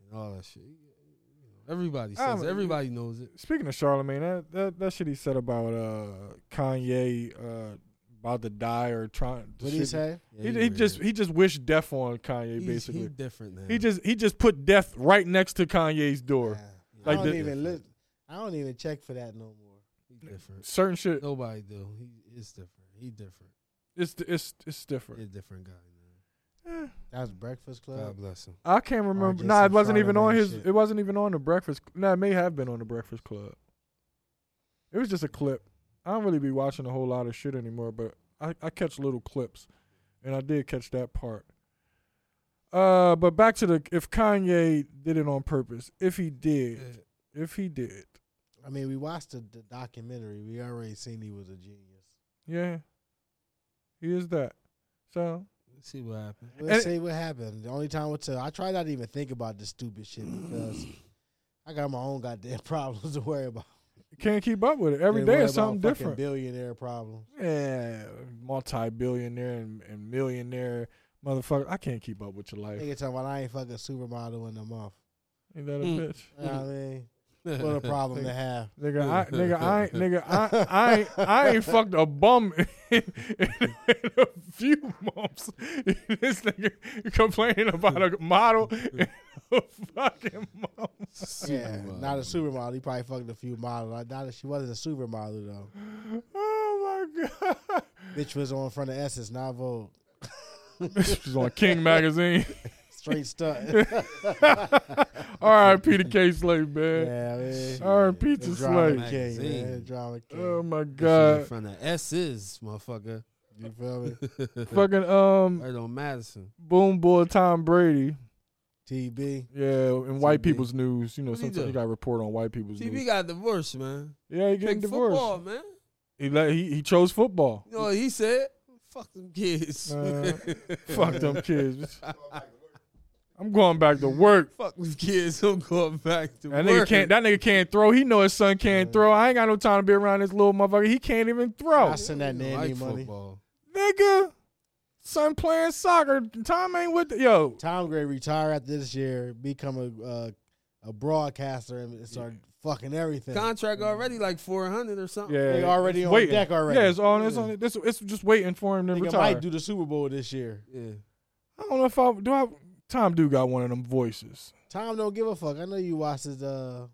S1: and all that shit. You know, Everybody
S2: I
S1: says.
S2: don't-
S1: it. Everybody knows it.
S2: Speaking of Charlemagne, that, that that shit he said about uh, Kanye uh, about to die or trying.
S3: What did he say?
S1: Yeah,
S2: He, he
S1: weird.
S2: just he just wished death on Kanye.
S1: He's-
S2: basically,
S1: he different now.
S2: he just he just put death right next to Kanye's door.
S3: Nah.
S2: Like
S3: I don't
S2: the-
S3: even li- I don't even check for that no more.
S1: He different.
S2: Certain shit,
S1: Nobody do. He is different. He different.
S2: it's it's it's
S1: He a
S2: different.
S1: different guy. Man.
S2: Eh.
S3: That was Breakfast Club.
S1: God bless him.
S2: I can't remember.
S3: just
S2: Nah, it
S3: some
S2: wasn't even on
S3: Charlemagne
S2: his.
S3: shit.
S2: It wasn't even on the Breakfast. Nah, it may have been on the Breakfast Club. It was just a clip. I don't really be watching a whole lot of shit anymore, but I, I catch little clips, and I did catch that part. Uh, but back to the if Kanye did it on purpose. If he did,
S1: Yeah.
S2: if he did,
S3: I mean, we watched the, the documentary. We already seen he was a genius.
S2: yeah, he is that. So
S1: see what happens.
S3: We'll
S2: And-
S3: see what happened. The only time we'll tell. I try not to even think about this stupid shit because I got my own goddamn problems to worry about.
S2: Can't keep up with it. Every
S3: Didn't
S2: day
S3: worry
S2: is
S3: about
S2: something
S3: fucking
S2: different.
S3: Billionaire problems.
S2: yeah, Eh, multi-billionaire and, and millionaire motherfucker. I can't keep up with your life.
S3: Nigga talking about I ain't fucking supermodel in a month.
S2: Ain't that a
S1: Mm.
S2: bitch?
S3: You know what I mean?
S2: Mm.
S3: What a problem to have.
S2: Nigga, I, nigga, I, ain't- nigga, I, I, ain't, I ain't fucked a bum in, in a few months. this nigga complaining about a model in a fucking month.
S3: Yeah,
S1: Supermodel.
S3: not a supermodel. He probably fucked a few models. I doubt it. She wasn't a supermodel though.
S2: Oh my god!
S3: Bitch was on front of Essence, not Vogue.
S2: This was on King magazine.
S3: Straight stunt.
S2: R.I.P. to K Slave, man.
S3: yeah, man.
S2: R.I.P.
S3: The
S2: to
S3: drama
S2: Slave.
S3: king,
S1: Magazine.
S3: man. Drama king.
S2: Oh my
S1: Shit
S2: god!
S1: From the S's, motherfucker.
S3: you feel me?
S2: Fucking um,
S1: Right on Madison.
S2: boom boy Tom Brady.
S3: TB.
S2: Yeah, in white
S1: TB.
S2: people's news, you know,
S1: What he
S2: sometimes
S1: do?
S2: you gotta report on white people's
S1: TB
S2: news.
S1: got divorced, man.
S2: Yeah, he getting
S1: Pick
S2: divorced.
S1: football, man.
S2: He let, he he chose football.
S1: You know what he said? Fuck them kids.
S2: Man, Uh, fuck them kids. I'm going back to work.
S1: Fuck them kids. I'm going back to
S2: That nigga
S1: work.
S2: can't. That nigga can't throw. He know his son can't throw. I ain't got no time to be around this little motherfucker. He can't even throw.
S3: I send that
S1: Like
S3: nanny money.
S1: football.
S2: nigga, son playing soccer. Tom ain't with the, yo.
S3: Tom Gray retire after this year, become a uh, a broadcaster, and start fucking everything.
S1: Contract already like 400 or something.
S2: Yeah,
S3: They already on
S2: waiting.
S3: deck already.
S2: Yeah, it's on. It's on. This it's just waiting for him to
S3: Nigga
S2: retire.
S3: might do the Super Bowl this year.
S1: Yeah.
S2: I don't know if I do. I Tom do got one of them voices.
S3: Tom don't give a fuck. I know you watched his. Uh,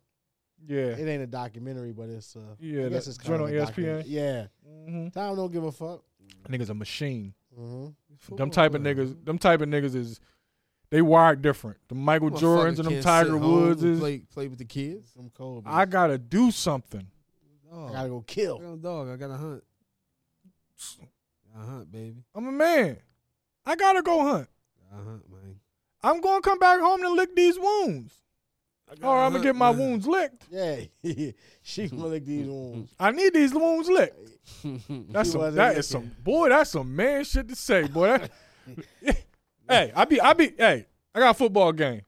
S2: Yeah.
S3: it ain't a documentary, but it's. Uh,
S2: Yeah,
S3: I guess
S2: that
S3: it's kind
S2: joint
S3: of a
S2: on E ESPN.
S3: documentary. Yeah,
S2: Mm-hmm.
S3: Tom don't give a fuck.
S2: Niggas a machine.
S3: hmm
S2: Them type of niggas. Them type of niggas is they wired different. The Michael
S1: Motherfucker
S2: Jordans and them
S1: can't
S2: Tiger
S1: sit home
S2: Woods
S1: and
S2: is.
S1: play, play with the kids.
S3: Some cold.
S2: I
S3: bitch.
S2: gotta do something.
S1: Oh,
S3: I gotta go kill.
S1: dog. I gotta hunt. I hunt, baby.
S2: I'm a man. I gotta go hunt.
S1: I hunt, man.
S2: I'm gonna come back home and lick these wounds, or I'm gonna get my wounds licked.
S3: Yeah, she gonna lick these wounds.
S2: I need these wounds licked. That's
S3: She
S2: some,
S3: wasn't
S2: that is
S3: looking.
S2: some boy. That's some man shit to say, boy. That, hey, I be I be hey. I got a football game.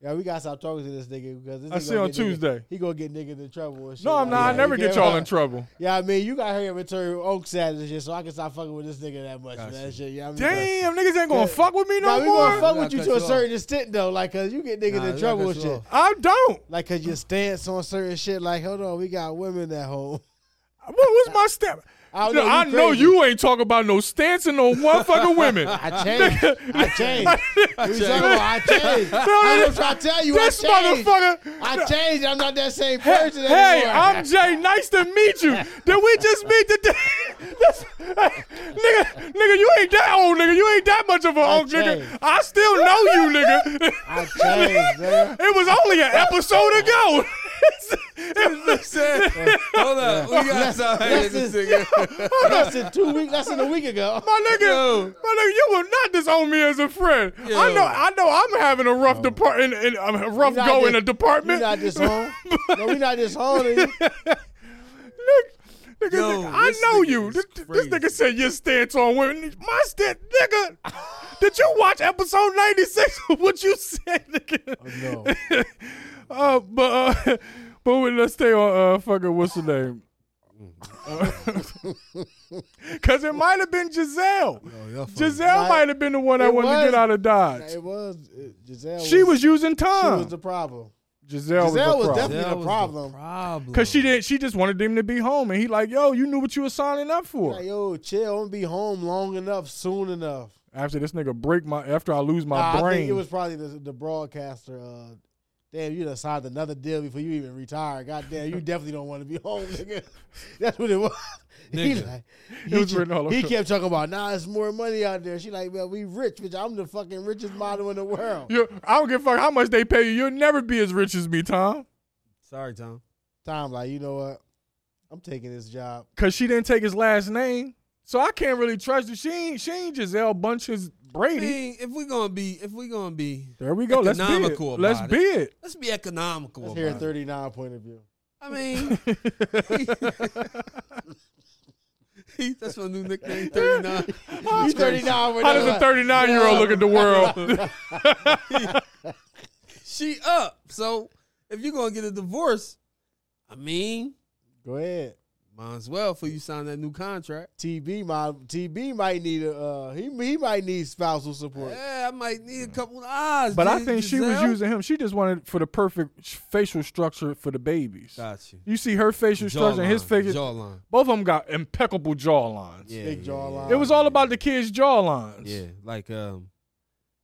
S3: Yeah, we gotta stop talking to this nigga because this
S2: I
S3: nigga
S2: see
S3: gonna
S2: on
S3: get nigga-
S2: Tuesday.
S3: he gonna get niggas in trouble. And shit.
S2: No, I'm not. I
S3: Yeah,
S2: never
S3: you
S2: get
S3: can't-
S2: y'all in trouble.
S3: Yeah, I mean, you got here and return Oak Saturday and shit, so I can stop fucking with this nigga that much. Man, That shit, yeah, I mean,
S2: Damn, niggas ain't gonna
S3: Yeah.
S2: fuck with me
S3: Nah,
S2: no
S3: we
S2: more.
S3: gonna fuck
S1: We
S3: with
S1: gotta
S3: you
S1: cut
S3: to a
S1: you
S3: certain extent though, like cause you get niggas
S1: Nah, we
S3: in
S1: gotta
S3: trouble
S1: cut
S3: with
S1: you
S3: shit,
S1: off.
S2: I don't.
S3: like cause your stance on certain shit. Like, hold on, we got women at home.
S2: What was my step?
S3: I
S2: I
S3: don't
S2: know,
S3: know, you
S2: you,
S3: crazy.
S2: ain't talking about no stance and no motherfucking women.
S3: I changed. I changed. We talking about I changed. I was trying to tell you,
S2: this
S3: I changed.
S2: motherfucker.
S3: I changed. I'm not that same
S2: Hey,
S3: person
S2: hey,
S3: anymore.
S2: I'm Jay. Nice to meet you. Did we just meet today? That's- nigga, nigga, you ain't that old, nigga. You ain't that much of an old nigga.
S3: changed.
S2: I still know you, nigga.
S3: I changed, man.
S2: It was only an episode ago. It was-
S1: Hold up. We got
S3: Less-
S1: something
S3: less
S1: this
S3: is-
S1: nigga.
S3: Less than two weeks. Less than a week ago.
S2: My nigga, my nigga, you will not disown me as a friend. I
S1: Yo. Oh.
S2: know, I know, I'm having a rough depart in, in a rough
S3: You not
S2: go in
S3: dis-
S2: a department.
S3: We not this home. No, we not this home. You
S2: Nigga, nigga,
S1: Yo,
S2: nigga, I
S1: this
S2: know
S1: nigga
S2: you.
S1: is
S2: This, this
S1: crazy.
S2: nigga said your stance on women. My stance, nigga. Did you watch episode ninety six? what you said, nigga?
S3: no.
S2: Uh, but uh, but we, let's stay on uh fucking what's the name? Because it might have been Giselle. Giselle
S3: Like,
S2: might have been the one that
S3: it
S2: wanted to get
S3: was-
S2: out of Dodge.
S3: It was it- Giselle.
S2: She was using
S3: She
S2: time.
S3: was the problem.
S2: Giselle,
S3: Giselle
S2: was, the problem.
S3: was definitely- That was the
S1: problem.
S2: Cause she didn't. She just wanted him to be home, and he like, yo, you knew what you were signing up for.
S3: Like, yo, chill. I'm gonna be home long enough, soon enough.
S2: after this nigga break my, after I lose my
S3: Nah, I
S2: brain,
S3: think it was probably the, the broadcaster. Uh, damn, you done signed another deal before you even retire. God damn, you definitely don't want to be home, nigga. That's what it was. He,
S1: Nigga.
S3: like,
S2: It
S3: he,
S2: was
S3: ju-
S2: written all over.
S3: he kept talking about, nah, it's more money out there. She like, man, we rich, bitch. I'm the fucking richest model in the world.
S2: You- I don't give a fuck how much they pay you. You'll never be as rich as me, Tom.
S1: Sorry, Tom.
S3: Tom, like, you know what? I'm taking this job.
S2: Cause she didn't take his last name, so I can't really trust you. She ain't, she ain't Giselle Bunches
S1: I
S2: Brady.
S1: mean, if we gonna be, if we gonna be,
S2: There we go. Let's be it.
S1: Economical
S2: Let's
S1: about
S2: be it.
S1: let's be economical.
S3: Let's hear a
S1: about it.
S3: 39 point of view.
S1: I mean, That's my new nickname, 39.
S3: You 39 with
S2: How does a
S3: that.
S2: 39 year old look at the world?
S1: she up. So if you're gonna get a divorce, I mean,
S3: Go ahead.
S1: might as well for you sign that new contract.
S3: TB, my TB might need a. Uh, he he might need spousal support.
S1: Yeah, I might need a couple of eyes.
S2: But I
S1: G-
S2: think she was
S1: Giselle.
S2: using him. She just wanted for the perfect sh- facial structure for the babies.
S1: Got you.
S2: You see her facial structure and his
S1: Jawline,
S2: facial.
S1: jawline.
S2: Both of them got impeccable jawlines.
S1: Yeah,
S3: Big
S1: yeah,
S3: jawline.
S1: yeah.
S2: It was all about the kids' jawlines.
S1: Yeah, like um,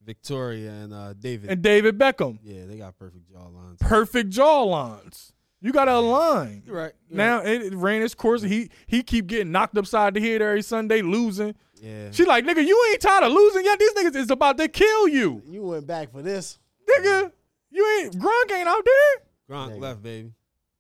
S1: Victoria and uh, David.
S2: And David Beckham,
S1: yeah, they got perfect jawlines.
S2: perfect jawlines. You got to align.
S1: You're right. you're
S2: Now
S1: right.
S2: it, it ran its course. He he keep getting knocked upside the head every Sunday, losing.
S1: yeah,
S2: She like, nigga, you ain't tired of losing yet. These niggas is about to kill you,
S3: You went back for this.
S2: nigga. You ain't Gronk ain't out there.
S1: Gronk left, baby.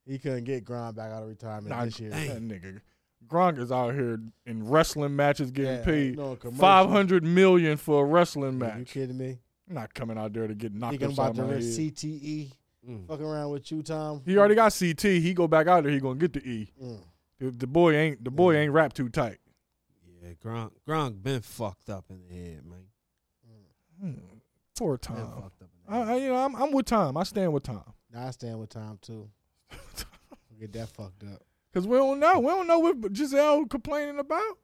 S3: He couldn't get Grind back out of retirement
S2: Nah,
S3: this year.
S2: That nigga Gronk is out here in wrestling matches getting
S3: Yeah,
S2: paid
S3: no, commercial.
S2: five hundred million for a wrestling
S3: You
S2: match.
S3: kidding me?
S2: I'm not coming out there to get knocked
S3: Thinking
S2: upside
S3: about the
S2: my head.
S3: risk CTE.
S1: Mm.
S3: E, Fucking around with you, Tom.
S2: He already got CT. He go back out there. He gonna get the E.
S3: Mm.
S2: The, the boy ain't the boy ain't wrapped too tight.
S1: Yeah, Gronk. Gronk been fucked up in the head, man.
S2: Hmm. Poor
S1: Been
S2: Tom.
S1: fucked up in the
S2: I,
S1: head.
S2: I, you know, I'm, I'm with Tom. I stand with Tom.
S3: Nah, I stand with Tom too. Get that fucked up.
S2: Cause we don't know. We don't know what Giselle complaining about.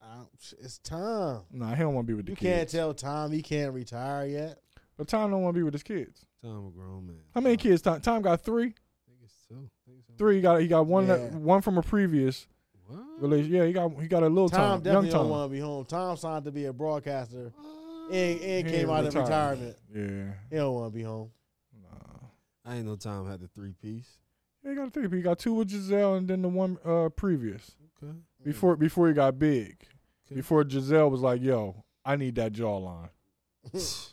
S3: I don't- it's Tom.
S2: Nah, he don't want to be with the
S3: You
S2: kids.
S3: can't tell Tom he can't retire yet.
S2: But Tom don't want to be with his kids.
S1: Tom a grown man.
S2: How many kids? Tom, Tom got three.
S1: I think it's two. I think it's-
S2: Three. He got he got one that-
S3: Yeah.
S2: one from a previous
S1: What?
S2: relation. Yeah, he got he got a little
S3: Tom
S2: Tom,
S3: definitely
S2: young
S3: don't
S2: Tom.
S3: want to be home. Tom signed to be a broadcaster
S1: What?
S3: and, and
S2: He
S3: came
S2: in
S3: out of
S2: retirement.
S3: retirement.
S2: Yeah.
S3: He don't want to be home.
S2: Nah.
S1: I ain't no time had the three piece.
S2: Yeah, He got three. He got two with Giselle and then the one uh previous.
S1: Okay.
S3: Mm.
S2: before before he got big,
S1: Okay.
S2: before Giselle was like, "Yo, I need that jawline."
S3: Mm. that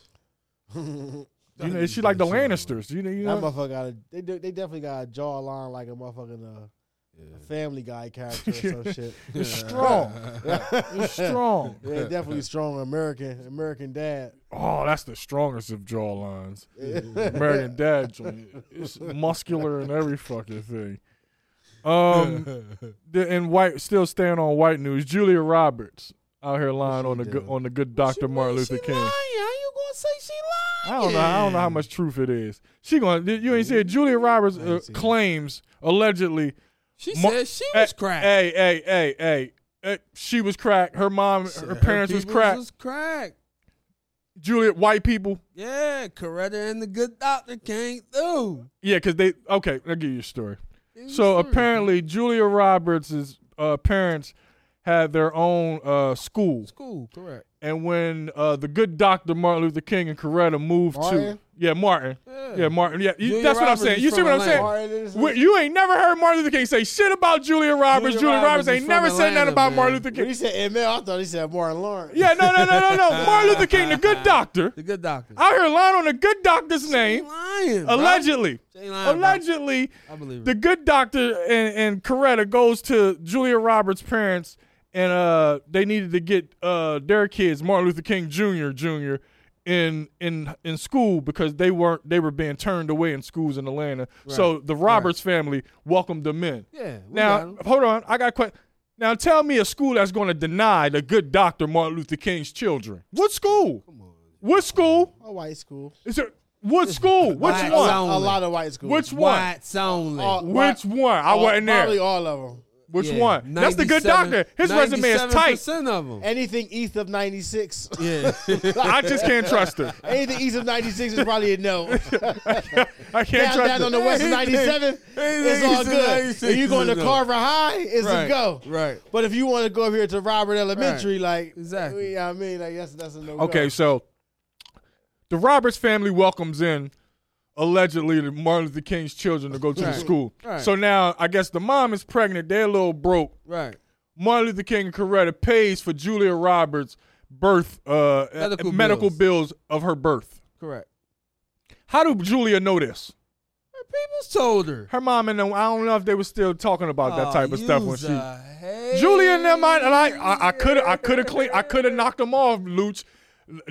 S2: Hmm. You know, she like the Lannisters. You know, you know.
S3: motherfucker got a they do, they definitely got a jawline like a motherfucking uh,
S1: Yeah.
S3: Family Guy character or some shit.
S2: It's strong. It's strong.
S3: Yeah, definitely strong American American dad.
S2: Oh, that's the strongest of jawlines. American Dad joint. It's muscular and every fucking thing. Um, the, and white still staying on white news. Julia Roberts out here lying on the good, on the good Doctor Martin Luther King.
S1: you gonna say she
S2: I don't know. I don't know how much truth it is. She gonna you ain't said Julia Roberts
S3: I ain't
S2: uh,
S3: seen it.
S2: claims allegedly
S1: She
S2: Mo- eh,
S1: said she
S2: Hey,
S1: was cracked.
S2: Hey, hey, hey, hey, hey. She was crack. Her mom,
S1: Said
S2: eh, her parents was
S1: peoples
S2: crack.
S1: Was cracked.
S2: Juliet, white people.
S1: Yeah, Coretta and the good doctor came through.
S2: Yeah, because they, okay, I'll give you a story.
S1: It was
S2: So
S1: serious.
S2: apparently, Julia Roberts' uh, parents had their own uh, school.
S1: school, correct?
S2: And when uh, the good doctor Martin Luther King and Coretta moved
S3: Martin?
S2: to. Yeah, Martin.
S1: Yeah.
S2: Yeah, Martin. Yeah, you-
S1: Julia
S2: that's what I'm
S1: Roberts
S2: saying.
S1: is
S2: You see
S1: from
S2: what I'm
S1: Atlanta.
S2: saying?
S3: Martin is-
S2: Wh- You ain't never heard Martin Luther King say shit about Julia Roberts. Julia,
S1: Julia
S2: Roberts,
S1: Roberts is
S2: ain't
S1: from
S2: never said that
S1: Atlanta,
S2: about
S1: man.
S2: Martin Luther
S3: When
S2: King.
S3: he said ML, I thought he said Martin Lawrence.
S2: Yeah, no, no, no, no, no. Martin Luther King, the good doctor.
S1: The good doctor.
S2: out here lying on the good doctor's
S1: She
S2: name,
S1: lying. bro.
S2: allegedly.
S1: She lying, bro.
S2: Allegedly,
S1: I believe
S2: the
S1: it.
S2: good doctor and, and Coretta goes to Julia Roberts' parents, and uh, they needed to get uh, their kids Martin Luther King Jr. Jr. in in in school because they weren't they were being turned away in schools in Atlanta. So the Roberts family welcomed them in.
S1: Yeah. we got
S2: Now,
S1: him.
S2: hold on, I got question. Now tell me a school that's going to deny the good doctor Martin Luther King's children. What school? What school?
S3: A white school.
S2: Is there what school? Which
S1: White
S2: one?
S1: zone.
S3: A lot of white schools.
S2: Which one?
S1: Whites only.
S3: All-
S2: Which one? I
S3: all-
S2: wasn't
S3: Oh, Probably
S2: there.
S3: all of them.
S2: Which
S1: Yeah,
S2: one? That's the good doctor. His resume is tight.
S1: 97% of them.
S3: Anything east of 96.
S1: Yeah.
S2: I just can't trust her.
S3: Anything east of 96 is probably a no.
S2: I can't
S3: down,
S2: trust
S3: down
S2: her.
S3: on the west of 97, it's
S1: anything
S3: all
S1: east of
S3: good.
S1: 96
S3: If you going to
S1: is a no.
S3: Carver High, it's a
S1: Right,
S3: go.
S1: right.
S3: But if you want to go up here to Robert Elementary, like,
S1: Exactly.
S3: you know what I mean? Like, that's, that's a no.
S2: Okay, so the Roberts family welcomes in allegedly the Martin Luther King's children to go to the
S1: Right.
S2: school.
S1: Right.
S2: So now I guess the mom is pregnant. They're a little broke.
S1: right.
S2: Martin Luther King and Coretta pays for Julia Roberts' birth uh, medical,
S1: Medical
S2: medical bills
S1: bills.
S2: of her birth.
S1: Correct.
S2: How do Julia know this?
S1: Her people's told her.
S2: Her mom and them, I don't know if they were still talking about
S1: Oh,
S2: that type of stuff when she.
S1: she.
S2: Julia and them, I, and I, I, I could, I could have clean, I could have knocked them off, Luch.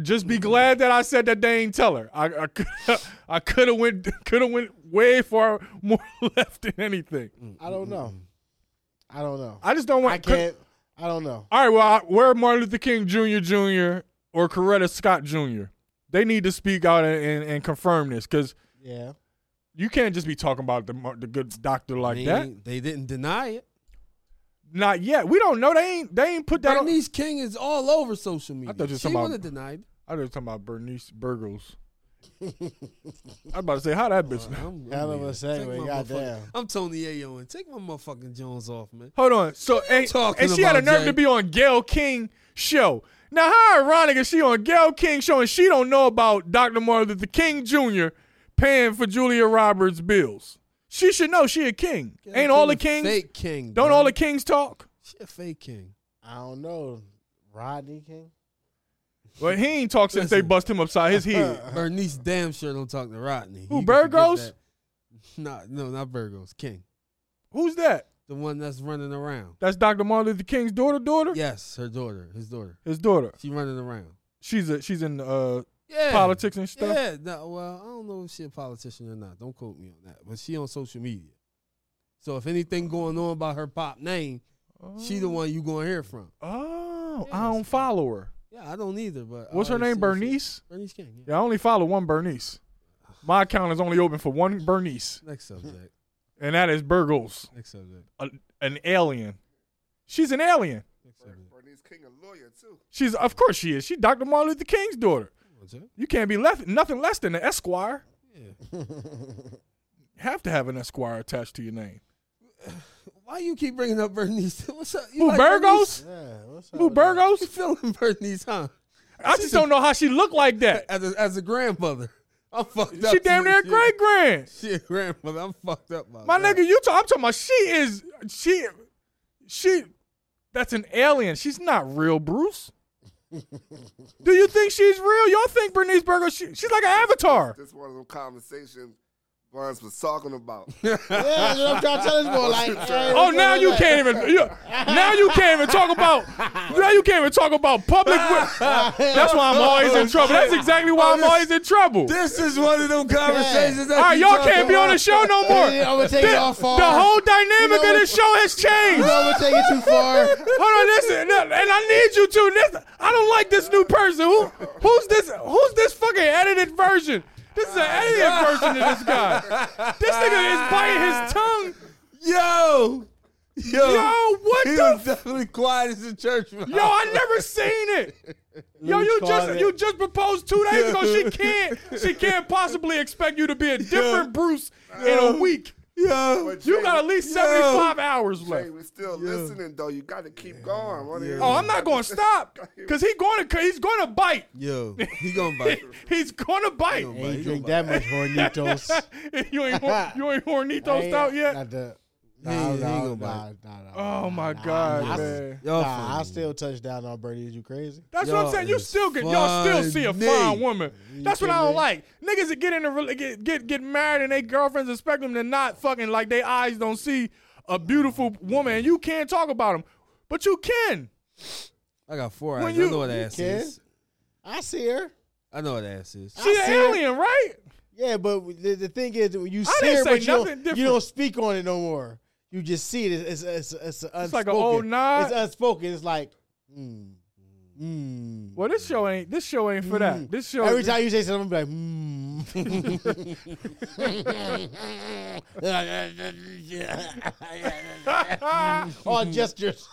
S2: Just be glad that I said that they ain't tell her. I, I could, I could have went, could have went way far more left than anything.
S3: I don't know. I don't know.
S2: I just don't want.
S3: I can't. I don't know.
S2: All right, well, I, where Martin Luther King Jr. Jr. or Coretta Scott Jr. They need to speak out and, and, and confirm this because
S3: Yeah.
S2: you can't just be talking about the mar- the good doctor like
S1: They
S2: that.
S1: ain't- They didn't deny it. not
S2: Not yet. We don't know. They ain't. They ain't put that. on.
S1: Bernice King is all over social media.
S2: thought you was
S1: she
S2: talking about-
S1: wouldn't deny it.
S2: I was talking about Bernice Burgles. I'm about to say how that bitch.
S1: I'm, I'm
S3: Hell of
S1: here.
S3: a
S1: Take my
S3: segue. Goddamn.
S1: motherfucking- I'm Tony Ayo and take my motherfucking Jones off, man.
S2: Hold on. So and,
S1: talking
S2: and she had a
S1: about,
S2: nerve
S1: Jay?
S2: to be on Gail King show. Now how ironic is she on Gail King show and she don't know about Dr. Martin Luther King Jr. paying for Julia Roberts' bills? She should know she a king. Ain't all the kings?
S1: fake king?
S2: Don't
S1: bro.
S2: all the kings talk?
S1: She a fake king.
S3: I don't know. Rodney King.
S2: Well, he ain't talked since they
S1: Listen.
S2: bust him upside his head.
S3: Uh.
S1: Bernice damn sure don't talk to Rodney.
S2: Who,
S1: You can forget
S2: Burgos?
S1: that. Nah, no, not Burgos. King,
S2: Who's that?
S1: the one that's running around.
S2: That's Dr. Martin Luther King's daughter, daughter?
S1: Yes, her daughter, his daughter.
S2: His daughter.
S1: She running around.
S2: She's a she's in uh
S1: Yeah,
S2: politics and stuff.
S1: Yeah, no, well, I don't know if she a politician or not. Don't quote me on that. But she on social media. So if anything going on about her pop name, she the one you gonna hear from.
S2: Oh,
S1: Yeah,
S2: I don't
S1: that's-
S2: follow her.
S1: Yeah, I don't either. But I
S2: What's her
S1: already
S2: name?
S1: see what she-
S2: Bernice?
S1: Bernice King. Yeah.
S2: Yeah, I only follow one Bernice. My account is only open for one Bernice,
S1: Next subject.
S2: and that is Burgles,
S1: Next subject.
S2: a, an alien. She's an alien.
S1: Next subject.
S5: Bernice King a lawyer too.
S2: She's of course she is. She Dr. Martin Luther King's daughter.
S1: Come on, Jay.
S2: You can't be left nothing less than an esquire.
S1: Yeah.
S2: You have to have an esquire attached to your name.
S1: Why you keep bringing up Bernice? What's up? You
S2: Who
S1: like
S2: Burgos?
S3: yeah. What's up
S2: Who
S3: with that?
S1: Bernice? You
S2: Burgos?
S1: feeling Bernice, huh?
S2: I just don't know how she looked like that.
S1: As a, as a grandmother, I'm fucked up.
S2: She damn near a
S1: She-
S2: great grand.
S1: She a grandmother. I'm fucked up. by
S2: My
S1: that.
S2: nigga, you talk, I'm talking about she is she she that's an alien. She's not real, Bruce. Do you think she's real? Y'all think Bernice Burgos? She, she's like an avatar.
S5: This one of them conversations Barnes was talking about.
S3: Yeah, that's what I'm trying to tell this boy. Like, hey,
S2: Oh,
S3: what's
S2: now
S3: up
S2: you
S3: with that?
S2: can't even. You, now you can't even talk about. Now you can't even talk about public. wi- That's why I'm always in trouble. That's exactly why I'm always in trouble.
S1: This is one of them conversations that
S2: All right,
S1: you
S2: y'all
S1: talk
S2: can't be on
S1: about.
S2: the show no more.
S3: Yeah, I'm gonna take
S2: The,
S3: it off
S2: the
S3: far.
S2: whole dynamic
S3: You know
S2: of this
S3: what-
S2: show has changed.
S3: You know, I'm gonna take it too far.
S2: Hold on, listen, and I need you to. This, I don't like this new person. Who, who's this? Who's this fucking edited version? This is an edited version of this guy. This nigga is biting his tongue.
S1: Yo, yo,
S2: Yo, what
S1: he
S2: the
S1: was definitely quiet as a church mouse.
S2: Yo, I never seen it. Yo, you just you just proposed two days ago. She can't she can't possibly expect you to be a different Bruce in a week.
S1: yo,
S5: But
S2: You
S5: Jay,
S2: got at least seventy five hours left.
S5: Jay, we're still listening though. You got to keep going. One of these-
S2: Oh, I'm not gonna stop because he going to he's going to bite.
S1: yo, he gonna bite.
S2: He's going to
S1: He
S2: bite.
S3: Ain't
S1: gonna
S3: drink
S1: bite.
S3: that much hornitos.
S2: you ain't hor- you ain't hornitos out yet.
S3: Not the,
S1: He ain't-
S3: no,
S1: he ain't
S3: no,
S1: gonna
S3: no,
S1: bite.
S3: no, no,
S2: Oh
S3: no,
S2: my
S3: no,
S2: god,
S3: no.
S2: man.
S1: Y'all
S3: Nah, I
S1: funny.
S3: still touch down on Bernie. You crazy?
S2: That's what I'm
S1: Y'all
S2: saying. You
S1: is
S2: still get y'all still see a fine
S1: funny.
S2: woman.
S3: You
S2: That's what I
S3: kidding
S2: don't
S3: me?
S2: like. Niggas that get in a rela- get get get married and they girlfriends expect them to not fucking like they eyes don't see a beautiful woman and you can't talk about them, but you can.
S1: I got four
S2: When
S1: eyes.
S2: you-
S1: I know what
S2: you
S1: ass
S3: can.
S1: is.
S3: I see her.
S1: I know what ass is.
S3: I
S2: She an
S3: see her.
S2: alien, right?
S3: Yeah, but the, the thing is, that when you
S2: I
S3: see
S2: didn't
S3: her,
S2: say
S3: but you
S2: nothing
S3: don't,
S2: different.
S3: you don't speak on it no more. You just see it. It's it's it's, it's, unspoken.
S2: like a old nod.
S3: It's unspoken. It's like, mm, mm.
S2: Well, this show ain't this show ain't for that. This show
S3: Every time you say something, I'm gonna be like, mm. All gestures.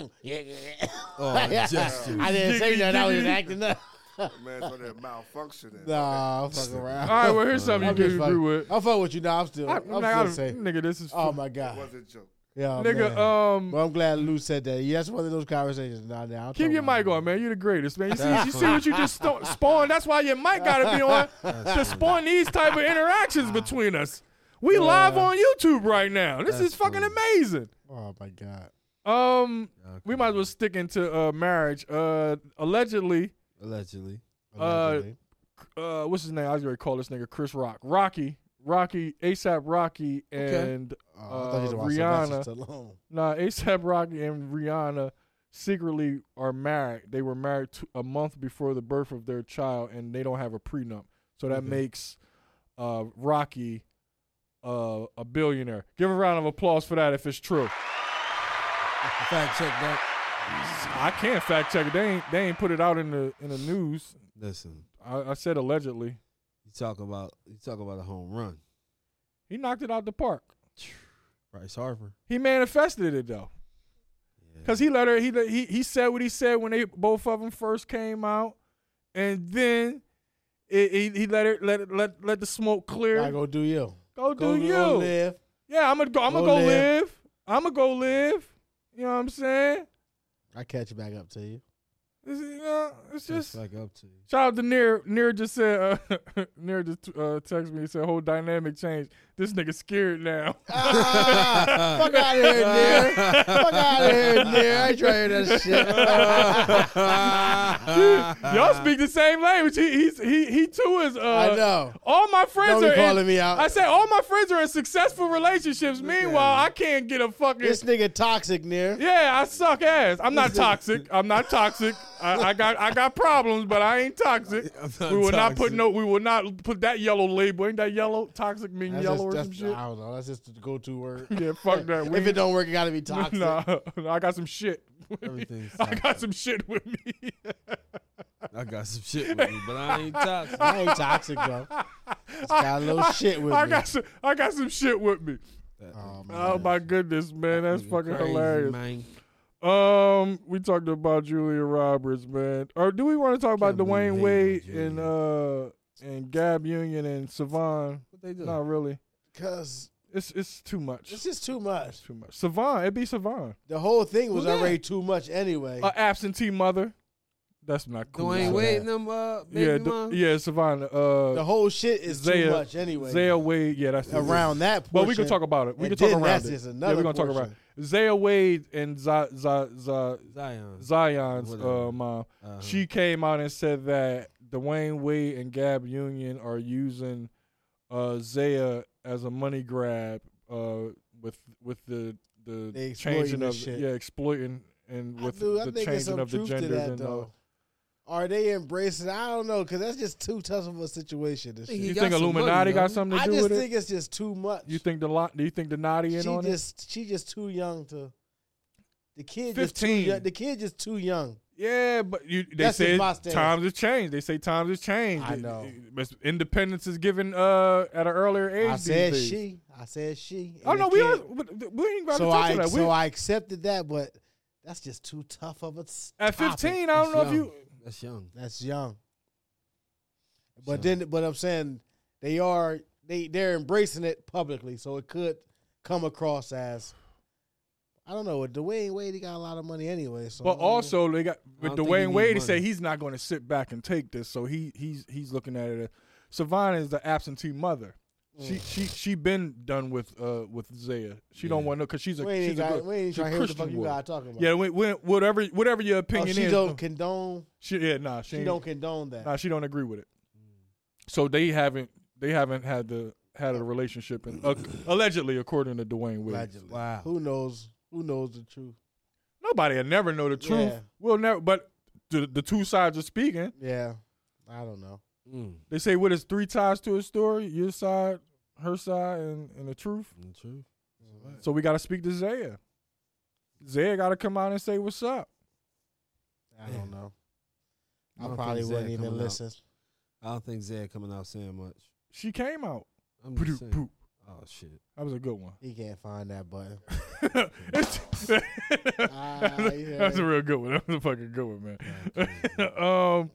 S1: Oh, gestures.
S3: I didn't say that. I was just acting up.
S5: Man's on there malfunctioning.
S3: Nah, I'm fucking around.
S2: All right, well here's something you
S3: I'm
S2: can
S3: just
S2: agree
S3: fucking-
S2: with.
S3: I'm fucking with you. Nah, I'm still.
S2: I,
S3: I,
S2: am
S3: am
S2: like, I
S3: still
S2: don't-
S3: saying.
S2: nigga, this is
S3: Oh my
S5: It was
S3: god.
S5: a joke.
S3: Yeah,
S2: nigga.
S3: man.
S2: Um,
S3: Well, I'm glad Lou said that. Yeah, that's one of those conversations. Nah, nah. I'm
S2: Keep
S3: talking
S2: your
S3: about
S2: mic on, man. You're the greatest, man. You see,
S1: That's
S2: you see
S1: funny.
S2: what you just sto- spawned. That's why your mic gotta be on to spawn these type of interactions between us. We live on YouTube right now. This is
S1: That's
S2: fucking
S1: funny.
S2: amazing.
S3: Oh my god.
S2: Um,
S1: Y'all
S2: we
S1: can-
S2: might as well stick into uh, marriage. Uh, allegedly,
S1: allegedly.
S3: Allegedly.
S2: uh, what's his name? I was gonna call this nigga Chris Rock, Rocky, Rocky, ASAP Rocky,
S1: Okay.
S2: and
S3: Oh, I thought you
S2: uh,
S3: was watching Sylvester
S2: Rihanna.
S3: Stallone.
S2: Nah, ASAP Rocky and Rihanna secretly are married. They were married t- a month before the birth of their child, and they don't have a prenup. So that
S1: Okay.
S2: makes uh, Rocky uh, a billionaire. Give a round of applause for that if it's true.
S1: Fact check that.
S2: I can't fact check it. They ain't they ain't put it out in the in the news.
S1: Listen,
S2: I, I said allegedly.
S1: you talk about you talk about a home run.
S2: He knocked it out the park.
S1: Bryce Harper.
S2: He manifested it though. Cause he let her. He let- he he said what he said when they both of them first came out, and then it, he he let her let it, let let the smoke clear.
S3: I go do you.
S2: go,
S3: Go
S2: do you?
S3: go live.
S2: Yeah, I'm gonna go. I'm gonna go
S3: Go live.
S2: live. I'm gonna go live. You know what I'm saying?
S3: I catch you back up to you.
S2: It's, you know, it's
S1: That's
S2: just
S1: like up to you.
S2: shout out to Near. Near just said. Uh, Near just uh, texted me. He said, "Whole dynamic change. This nigga scared now."
S3: Ah, fuck out of here, dear. Fuck out of here, dear. I ain't trying that shit.
S2: Y'all speak the same language. He he's, he he too is. Uh,
S3: I know.
S2: All my friends
S3: Don't be
S2: Uh, are in-
S3: calling me out.
S2: I say all my friends are in successful relationships. Meanwhile, I can't get a fucking.
S3: This nigga toxic, near.
S2: yeah, I suck ass. I'm not toxic. I'm not toxic. I, I got I got problems, but I ain't toxic.
S1: I'm not
S2: we will not put
S1: toxic.
S2: no. We will not put that yellow label. Ain't that yellow toxic mean
S3: That's
S2: yellow
S3: just-
S2: or
S3: that's-
S2: some shit?
S3: I don't know. That's just the go-to word.
S2: Yeah, fuck that.
S3: if it don't work, it gotta be toxic.
S2: nah, I got some shit. with me.
S1: Everything's
S2: I got
S1: toxic.
S2: some shit with me.
S1: I got some shit with me, but I ain't toxic.
S3: I ain't toxic, bro. It's got a little shit with
S2: I
S3: me.
S2: got some. I got some shit with me.
S3: Oh, man.
S2: Oh my goodness, man, that's
S1: Nigga
S2: fucking
S1: crazy,
S2: hilarious.
S1: Man.
S2: Um, we talked about Julia Roberts, man. Or do we want to talk about
S1: Can't believe
S2: Dwayne
S1: they
S2: Wade
S1: did Julia.
S2: and uh and Gab Union and Savon?
S1: What they do?
S2: Not really.
S3: Cause
S2: It's it's too much.
S3: it's just too much.
S2: It's too much. Savon, it'd be Savon.
S3: The whole thing was
S1: Who that?
S3: already too much anyway.
S2: A absentee mother. That's not cool.
S1: Dwayne
S3: Nah.
S1: Wade and them uh, baby
S2: yeah,
S1: yeah,
S2: d- yeah, Savon. Uh,
S3: the whole shit is
S2: Zaya-
S3: too much anyway.
S2: Zaya Wade. Yeah, that's
S3: around that portion.
S2: But we can talk about it. We
S3: and
S2: can talk
S3: then
S2: around
S3: that's
S2: it.
S3: just
S2: yeah,
S3: another
S2: we're gonna talk around.
S3: portion.
S2: Zaya Wade and Z- Z- Z-
S1: Zion.
S2: Zion's
S1: Whatever.
S2: uh, mom.
S1: Uh-huh.
S2: she came out and said that Dwayne Wade and Gab Union are using uh, Zaya as a money grab uh, with with the the
S3: They exploiting
S2: changing
S3: the
S2: of
S3: shit.
S2: yeah exploiting and with
S3: Dude,
S2: the changing of the
S3: to
S2: genders
S3: that
S2: and uh,
S3: though. Are they embracing? I don't know because that's just too tough of a situation. To
S1: Think
S3: shit.
S1: he
S2: you
S1: got
S2: think
S1: some money,
S2: Illuminati
S1: don't
S2: got
S1: he?
S2: something to
S3: I
S2: do
S3: just
S2: with it?
S3: think it's just too much.
S2: You think the lot? Do you think the naughty
S3: she
S2: in on it?
S3: just she just too young to. The kid just too
S2: 15.
S3: young. The kid just too young.
S2: Yeah, but you, they
S3: That's just
S2: said
S3: my stance.
S2: times have changed. They say times have changed.
S3: I
S2: It-
S3: know.
S2: it- Independence is given uh, at an earlier age.
S3: I
S2: these
S3: said
S2: days.
S3: she. I said she. and
S2: Oh
S3: the
S2: no, we
S3: kid.
S2: are, we we ain't about
S3: So
S2: to touch on
S3: I
S2: that. We-
S3: so I accepted that, but that's just too tough of a. s-
S2: At
S3: topic.
S2: 15, I don't know if
S1: young.
S2: you.
S1: That's young.
S3: That's young. But then, but I'm saying they are they they're embracing it publicly, so it could come across as I don't know. With Dwayne Wade, he got a lot of money anyway. So I
S2: But
S3: don't know.
S2: also, they got
S1: I
S2: with
S1: don't think he
S2: Dwayne
S1: needs
S2: Wade. He
S1: money.
S2: said he's not going to sit back and take this, so he he's he's looking at it. As, Savon is the absentee mother.
S3: Mm.
S2: She she she been done with uh with Zaya. She don't
S1: Yeah.
S2: want to because she's a
S3: Wayne ain't
S2: she's a
S3: got
S2: good-
S3: Wayne ain't
S2: she's a
S3: trying to hear what the
S2: Christian
S3: fuck you
S2: woman.
S3: guys talking about.
S2: Yeah, when, when, whatever whatever your
S3: Oh,
S2: opinion
S3: she
S2: is,
S3: don't condone.
S2: she yeah nah she,
S3: She
S2: ain't-
S3: don't condone that.
S2: nah she don't agree with it. So they haven't they haven't had the had a relationship and uh, allegedly according to Dwayne Wade.
S3: allegedly.
S1: Wow.
S3: Who knows? Who knows the truth?
S2: Nobody will never know the truth.
S3: Yeah.
S2: We'll never. But the the two sides are speaking.
S3: Yeah, I don't know.
S1: Mm.
S2: They say what is three sides to a story: your side, her side, and, and the truth.
S1: The truth.
S2: So we got to speak to Zaya. Zaya got to come out and say what's up.
S3: I don't know.
S1: I
S3: I
S1: don't
S3: probably
S1: think Zach
S3: wouldn't even
S1: coming out.
S3: listen.
S1: I don't think Zed coming out saying much.
S2: She came out.
S1: I'm just
S2: Poo-doo,
S1: saying.
S2: poo.
S1: Oh shit.
S2: That was a good one.
S3: He can't find that button.
S2: It's-
S3: Ah, yeah.
S2: That's a real good one. That was a fucking good one,
S1: Nah,
S2: man. um,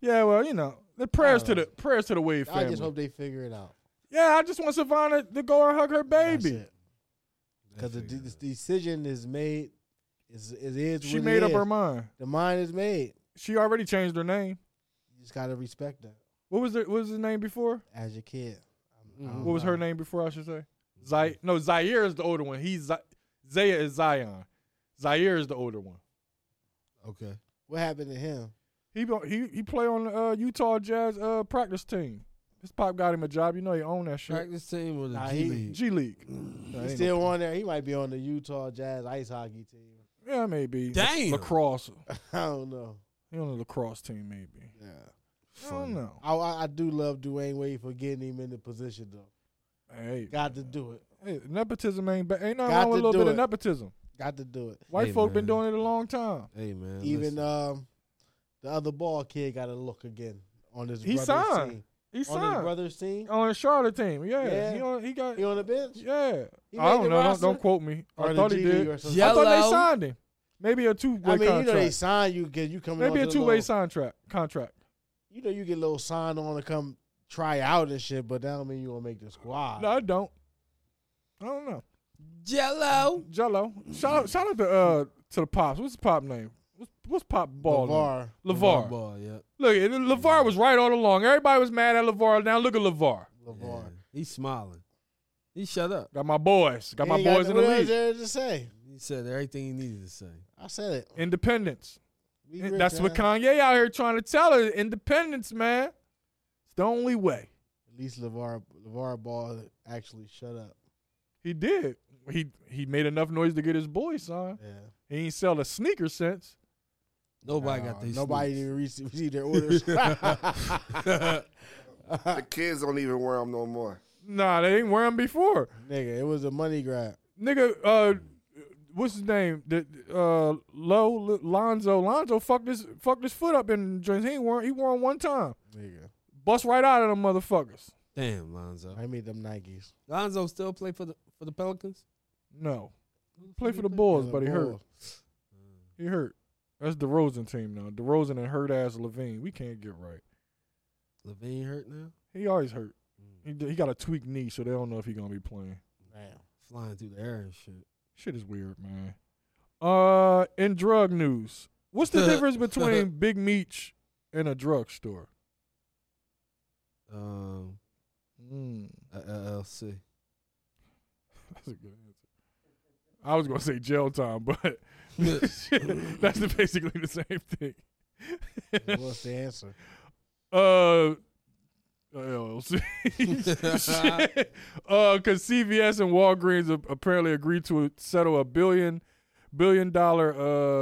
S2: yeah, well, you know, the prayers to the prayers to the Wade
S3: I
S2: family.
S3: just hope they figure it out.
S2: yeah, I just want Savannah to go and hug her
S3: That's
S2: baby.
S3: it. Because the, de- the decision is made. Is it is
S2: She
S3: what it
S2: made up
S3: is.
S2: her mind.
S3: The mind is made.
S2: She already changed her name.
S3: You just gotta respect that
S2: What was her, what was his name before?
S3: as your kid. I don't
S1: Mhm.
S2: Mm-hmm. What was her
S3: know.
S2: name before? I should say. Zai. No, Zaire is the older one. He's Zi- Zaya is Zion. Zaire is the older one.
S1: Okay.
S3: What happened to him?
S2: He be- he he play on the uh, Utah Jazz uh, practice team. His pop got him a job. You know he owned that shit.
S1: Practice team or the
S3: Nah,
S1: G
S3: he-
S1: League?
S2: G League.
S3: He's still on there. He might be on the Utah Jazz ice hockey team.
S2: Yeah, maybe.
S1: Damn.
S2: Lacrosse.
S3: I don't know.
S2: He on the lacrosse team, maybe.
S3: Yeah.
S2: I don't know.
S3: I, I I do love Dwayne Wade for getting him in the position though.
S2: Hey,
S3: Got to do it.
S2: hey, nepotism ain't ba- ain't nothing
S3: Got
S2: wrong with a
S3: to
S2: little
S3: do
S2: bit of
S3: it.
S2: nepotism.
S3: Got to do it.
S2: White
S1: Hey,
S2: folk been
S1: man.
S2: doing it a long time.
S1: Hey man,
S3: Even
S1: listen.
S3: um, the other ball kid got to look again on his
S2: He
S3: brother's
S2: signed.
S3: team.
S2: He
S3: On his
S2: signed on,
S3: brother's team.
S2: the Charlotte team. Yeah,
S3: Yeah.
S2: He, on, he got
S3: He on the bench.
S2: yeah.
S3: He
S2: I
S3: made
S2: don't
S3: the
S2: know. Don't,
S3: roster?
S2: don't quote me.
S3: Or
S2: I
S3: the
S2: thought he
S3: G League
S2: did.
S3: or something.
S1: Yeah.
S2: I thought they
S1: Hello?
S2: signed him. Maybe a two way
S3: I mean,
S2: contract.
S3: you know they sign you because you coming.
S2: Maybe
S3: off
S2: a
S3: the
S2: two way
S3: little-
S2: sign track contract.
S3: You know you get a little sign on to come try out and shit, but that don't mean you gonna make the squad.
S2: No, I don't. I don't know.
S1: Jello.
S2: Jello. Shout out, shout out to uh to the pops. What's the pop name? What's, what's pop ball? name?
S3: Levar.
S2: Levar.
S1: Ball, yeah.
S2: Look, it- Levar was right all along. Everybody was mad at Levar. Now look at Levar.
S1: yeah.
S3: Levar.
S1: He's smiling. He shut up.
S2: Got my boys. Got
S3: He
S2: my
S3: ain't
S2: boys in the
S3: what else
S2: league.
S3: there to say.
S1: He said everything he needed to say.
S3: I said it.
S2: Independence.
S3: We rich,
S2: That's what
S3: man.
S2: Kanye out here trying to tell us. Independence, man. It's the only way.
S3: At least Levar Levar Ball actually shut up.
S2: He did. He he made enough noise to get his boy signed.
S3: Yeah.
S2: He ain't sell a sneaker since.
S1: Nobody
S3: Uh,
S1: got these.
S3: Nobody even re- received their orders.
S1: even.
S5: The kids don't even wear them no more.
S2: Nah, they ain't wear them before.
S3: Nigga, it was a money grab.
S2: Nigga, uh, what's his name? The uh, Low Lonzo. Lonzo fucked his fucked his foot up in drinks. He ain't worn. He wore 'em one time.
S3: Nigga,
S2: Bust right out of them motherfuckers.
S1: Damn, Lonzo.
S3: I made them Nikes.
S1: Lonzo still play for the for the Pelicans.
S2: No, play for the Bulls, but he hurt.
S3: Bulls.
S1: Uh,
S2: He hurt. That's DeRozan team now. DeRozan and hurt ass Levine. We can't get right.
S1: Levine hurt now.
S2: He always hurt.
S1: Mm.
S2: He, he got a tweaked knee, so they don't know if he gonna be playing.
S3: Damn.
S1: Flying through the air and shit.
S2: Shit is weird, man. Uh, in drug news, what's the difference between Big Meech and a drugstore?
S1: Um,
S2: Mm,
S1: a LLC.
S2: that's a good answer. I was gonna say jail time, but that's the, basically the same thing.
S3: What's the answer?
S2: uh, LLC. Shit. uh, because CVS and Walgreens a- apparently agreed to settle a billion billion dollar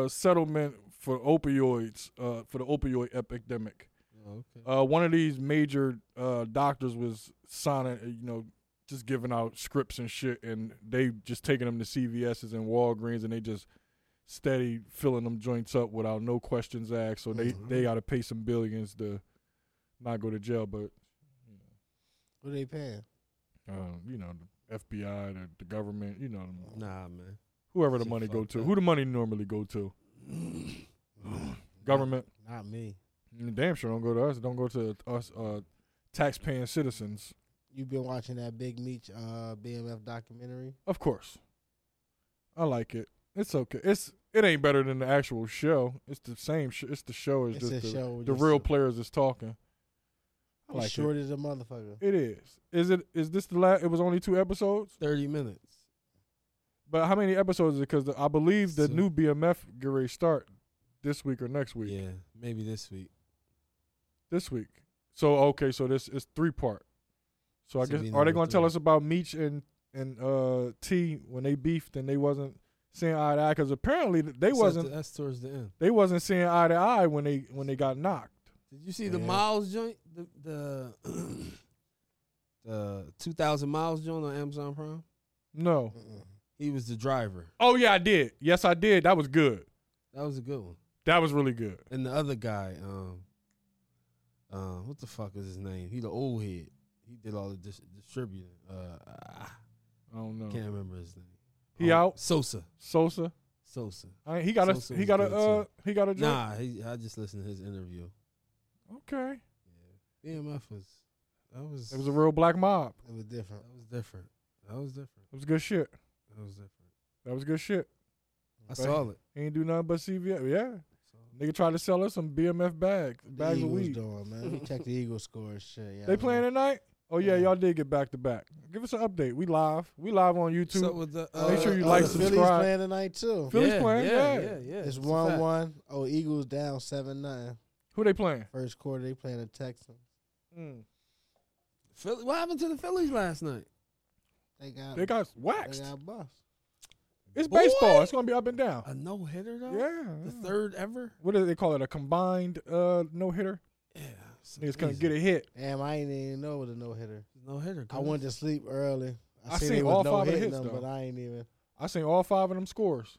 S2: uh settlement for opioids uh for the opioid epidemic.
S1: Oh, okay.
S2: Uh, one of these major uh doctors was signing, uh, you know, just giving out scripts and shit, and they just taking them to CVS's and Walgreens, and they just steady filling them joints up without no questions asked. So they
S1: Mm-hmm.
S3: Mhm.
S2: they got to pay some billions to not go to jail, but
S3: What they paying?
S2: um, you know, the FBI, the, the government, you know,
S1: Nah, man.
S2: whoever the
S1: Shit
S2: money go
S1: fucked
S2: to,
S1: up. Mm-hmm.
S2: who the money normally go to, government. mm,
S3: Not me.
S2: Damn sure don't go to us. Don't go to us, uh, taxpaying citizens.
S3: You been watching that Big Meech uh, BMF documentary?
S2: Of course, I like it. It's okay. It's it ain't better than the actual show. It's the same. Sh- it's the show. It's,
S3: It's,
S2: just
S3: a
S2: the,
S3: show.
S2: the real players is talking. I
S3: Like
S2: like
S3: short as a motherfucker.
S2: it. It is. Is it? Is this the last? It was only two episodes.
S1: Thirty minutes.
S2: But how many episodes is it? Because I believe the
S1: Two.
S2: new BMF get ready to start this week or next week.
S1: Yeah, maybe this week.
S2: This week. So okay, so this is three part. So I
S1: This will
S2: guess
S1: be
S2: are they
S1: number
S2: gonna tell
S1: three.
S2: us about Meech and and uh T when they beefed and they wasn't seeing eye to eye? Because apparently th- they
S1: That's at the-
S2: wasn't
S1: That's towards the end.
S2: they wasn't seeing eye to eye when they when they got knocked.
S1: Did you see the
S3: Yeah.
S1: miles joint? The the the two thousand miles joint on Amazon Prime.
S2: No.
S3: Mm-mm.
S1: He was the driver.
S2: Oh yeah, I did. Yes, I did. That was good.
S1: That was a good one.
S2: That was really good.
S1: And the other guy, um, uh, what the fuck is his name? He the old head. He did all the dis- distributing. Uh, I
S2: I don't know.
S1: can't remember his name.
S2: He
S1: Oh,
S2: out
S1: Sosa.
S2: Sosa.
S1: Sosa.
S2: I, he got a
S1: Sosa
S2: he
S1: was
S2: got a
S1: good, too.
S2: uh he got a drink.
S1: Nah, he, I just listened to his interview.
S2: Okay.
S1: Yeah. BMF was that was
S2: It was a real black mob.
S3: It was different.
S1: that was different. That was different.
S2: It was good shit.
S1: That was different.
S2: That was good shit.
S1: I saw it.
S2: He ain't do nothing but CVS. Yeah.
S1: So,
S2: Nigga tried to sell us some BMF bags,
S3: The
S2: bags of
S3: Eagles
S2: weed.
S3: doing, man. We checked the Eagles score and shit. Yeah,
S2: They playing tonight? Oh yeah,
S3: Yeah.
S2: y'all did get back to back. Give us an update. We live. We live on YouTube.
S1: so with the, uh,
S2: Make sure you like,
S3: the Phillies
S2: subscribe.
S3: playing tonight too.
S2: Phillies playing,
S1: Yeah,
S2: yeah.
S1: yeah, yeah.
S3: It's
S1: a
S3: one
S1: fact.
S3: one. Oh, Eagles down seven nothing.
S2: Who they playing?
S3: First quarter, they playing the Texans.
S2: Mm.
S1: Philly, what happened to the Phillies last night?
S3: They got
S2: They got
S3: they
S2: waxed.
S3: got bust.
S2: It's
S1: Boy.
S2: baseball. It's gonna be up and down.
S1: A no hitter though.
S2: yeah.
S1: Uh, The third ever.
S2: What do they call it? A combined uh, no hitter.
S1: Yeah.
S2: Niggas gonna get a hit.
S3: Damn, I ain't even know it was a no hitter.
S1: No hitter.
S3: I went to sleep early.
S2: I
S3: seen
S2: seen
S3: it
S2: all
S3: was no
S2: five of the
S3: hitting
S2: hits,
S3: them,
S2: though.
S3: but I ain't even.
S2: I seen all five of them scores.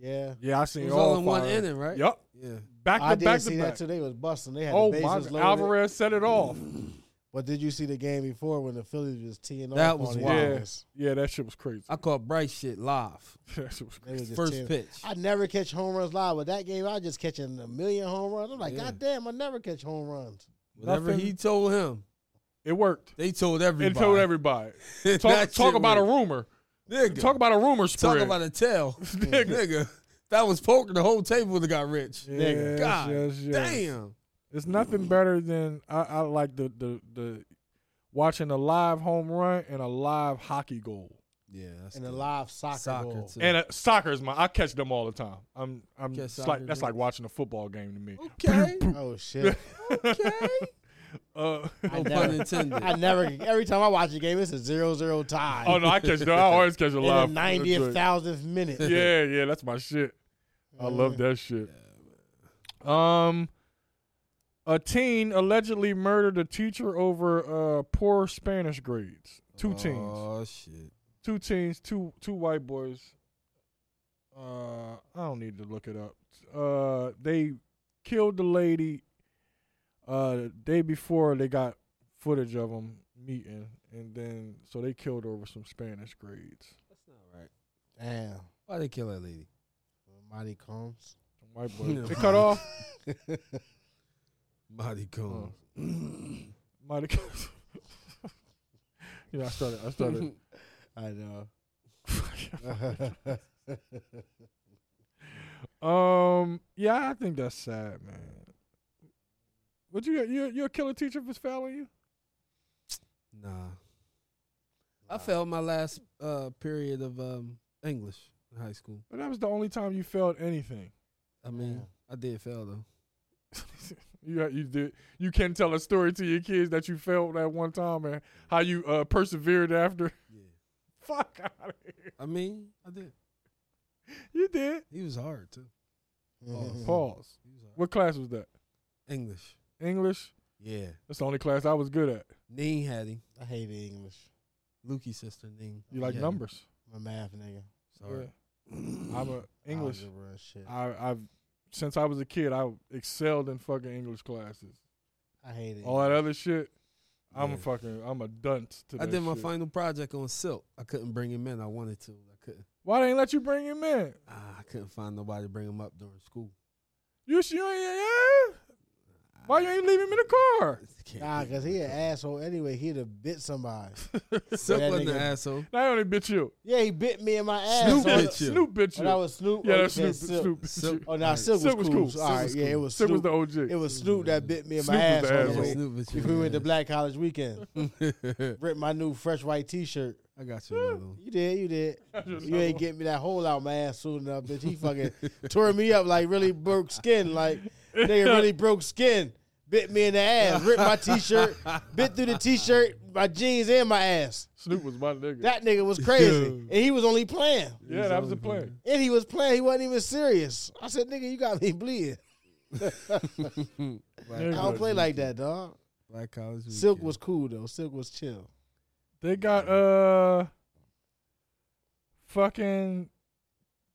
S3: Yeah,
S2: Yeah, I
S1: It
S2: seen
S1: was
S2: all,
S1: all in one
S2: five.
S1: inning, right?
S2: Yep,
S1: Yeah.
S2: back to
S3: I
S2: back
S3: did
S2: to
S3: see
S2: back.
S3: that too. They was busting. They had
S2: Oh
S3: the
S2: my!
S3: bases
S2: God.
S3: loaded.
S2: Alvarez set it off.
S3: But did you see the game before when the Phillies was teeing
S1: That
S3: off?
S1: was
S3: on
S1: wild.
S3: the
S2: Yeah,
S3: Yankees?
S2: yeah, that shit was crazy.
S1: I caught Bryce shit live.
S2: that shit was
S3: They was just
S1: First
S3: teeing-
S1: pitch.
S3: I never catch home runs live, but that game I was just catching a million home runs. I'm like,
S1: Yeah.
S3: God damn, I never catch home runs.
S1: Whatever
S2: nothing-
S1: he told him,
S2: It worked.
S1: they told everybody.
S2: It told everybody.
S1: That
S2: Talk, talk
S1: shit
S2: about a
S1: worked.
S2: rumor.
S1: Nigga.
S2: Talk about a rumor
S1: Talk
S2: spread.
S1: about a tell.
S2: Nigga.
S1: Nigga. That was poker the whole table that got rich.
S2: Yes,
S1: God
S2: yes, yes.
S1: Damn.
S2: It's nothing better than I, I like the, the the watching a live home run and a live hockey goal.
S1: Yeah. That's
S3: And a
S1: good.
S3: live soccer, goal.
S1: too.
S2: And uh, soccer is my. I catch them all the time. I'm. I'm.
S1: Catch
S2: It's like
S1: soccer
S2: that's like
S1: goals.
S2: watching a football game to me.
S1: okay.
S3: Oh shit!
S1: okay.
S2: Uh,
S1: No
S3: never-
S1: pun intended.
S3: I never. Every time I watch a game, it's a zero zero tie.
S2: oh no, I catch. them. I always catch a
S3: in
S2: live.
S3: the ninetieth thousandth minute.
S2: Yeah, yeah, that's my shit. I love that shit. Um, a teen allegedly murdered a teacher over uh poor Spanish grades. Two teens.
S1: Oh shit.
S2: two teens, two two white boys. Uh, I don't need to look it up. Uh, they killed the lady. Uh, the day before they got footage of them meeting, and then so they killed her over some Spanish grades.
S1: That's not right.
S3: Damn.
S1: Why they kill that lady?
S3: Mighty Combs.
S2: Some white boys.
S1: Yeah.
S2: they cut off.
S1: Body Combs.
S2: Might have. you know, I started. I started.
S3: I know.
S2: um. Yeah, I think that's sad, man. Would you? You you a killer teacher if it's fouling you?
S1: Nah. I failed my last uh, period of um, English in high school.
S2: But that was the only time you felt anything.
S1: I mean,
S3: Yeah.
S1: I did fail though.
S2: you you did you can tell a story to your kids that you felt that one time and how you uh, persevered after.
S1: Yeah.
S2: Fuck out of here.
S1: I mean, I did.
S2: You did.
S1: He was hard too. Mm-hmm.
S3: Mhm.
S2: Pause.
S1: He was hard.
S2: What class was that?
S1: English.
S2: English.
S1: Yeah.
S2: That's the only class I was good at.
S1: Neen had him.
S3: I hate English.
S1: Lukey's sister Neen.
S2: You like
S1: Yeah.
S2: numbers?
S3: I'm a math nigga.
S1: Sorry.
S2: I'm a English.
S3: Algebra and shit. I,
S2: I, I've since I was a kid, I excelled in fucking English classes.
S3: hate it.
S2: All that other shit, I'm
S1: Yeah.
S2: a fucking, I'm a dunce to
S1: I
S2: that
S1: did my
S2: shit.
S1: final project on silk. I couldn't bring him in. I wanted to. I couldn't.
S2: Why they ain't let you bring him in?
S1: Ah, I couldn't find nobody to bring him up during school.
S2: You sure? Yeah. Why you ain't leave him in the car?
S1: Can't
S3: Nah,
S1: be.
S3: cause he an asshole anyway. He'd have bit somebody.
S1: Silk
S3: that
S1: wasn't an
S3: nigga-
S1: asshole.
S2: Not only bit you.
S3: Yeah, he bit me in my ass.
S1: Snoop
S3: so I-
S1: bit you.
S2: Snoop bit you.
S3: When I was Snoop.
S2: yeah,
S3: oh,
S2: that's
S3: yeah,
S2: Snoop. Snoop bit
S1: Silk-
S2: you.
S3: Oh, now
S1: Alright,
S3: Silk was
S2: Silk was
S3: cool.
S2: cool.
S3: All
S1: Silk
S3: right,
S1: was
S3: yeah,
S1: cool.
S3: it was
S2: Snoop
S3: Snoop.
S2: was the OG.
S3: It was Snoop that bit me in my
S2: Mm-hmm. Snoop was
S3: ass.
S2: the
S3: on the
S2: asshole.
S3: way-
S1: Snoop is
S3: We
S1: your
S3: went to
S1: ass.
S3: Black College weekend.
S1: I
S3: Ripped my new fresh white T-shirt.
S1: got you. another one.
S3: You did, you did.
S2: just
S3: You ain't getting me that hole out my ass soon enough, bitch. He fucking tore me up like really broke skin, like nigga really broke skin. Bit me in the ass, ripped my t-shirt, bit through the t-shirt, my jeans and my ass.
S2: Snoop was my nigga.
S3: That nigga was crazy, and he was only playing,
S2: yeah, that was the plan.
S3: and he was playing. He wasn't even serious. I said, nigga, you got me bleeding.
S1: Black,
S2: Yeah.
S3: I don't play like that, dog.
S1: Black college.
S3: Silk
S1: weekend.
S3: was cool though. Silk was chill.
S2: They got uh, fucking.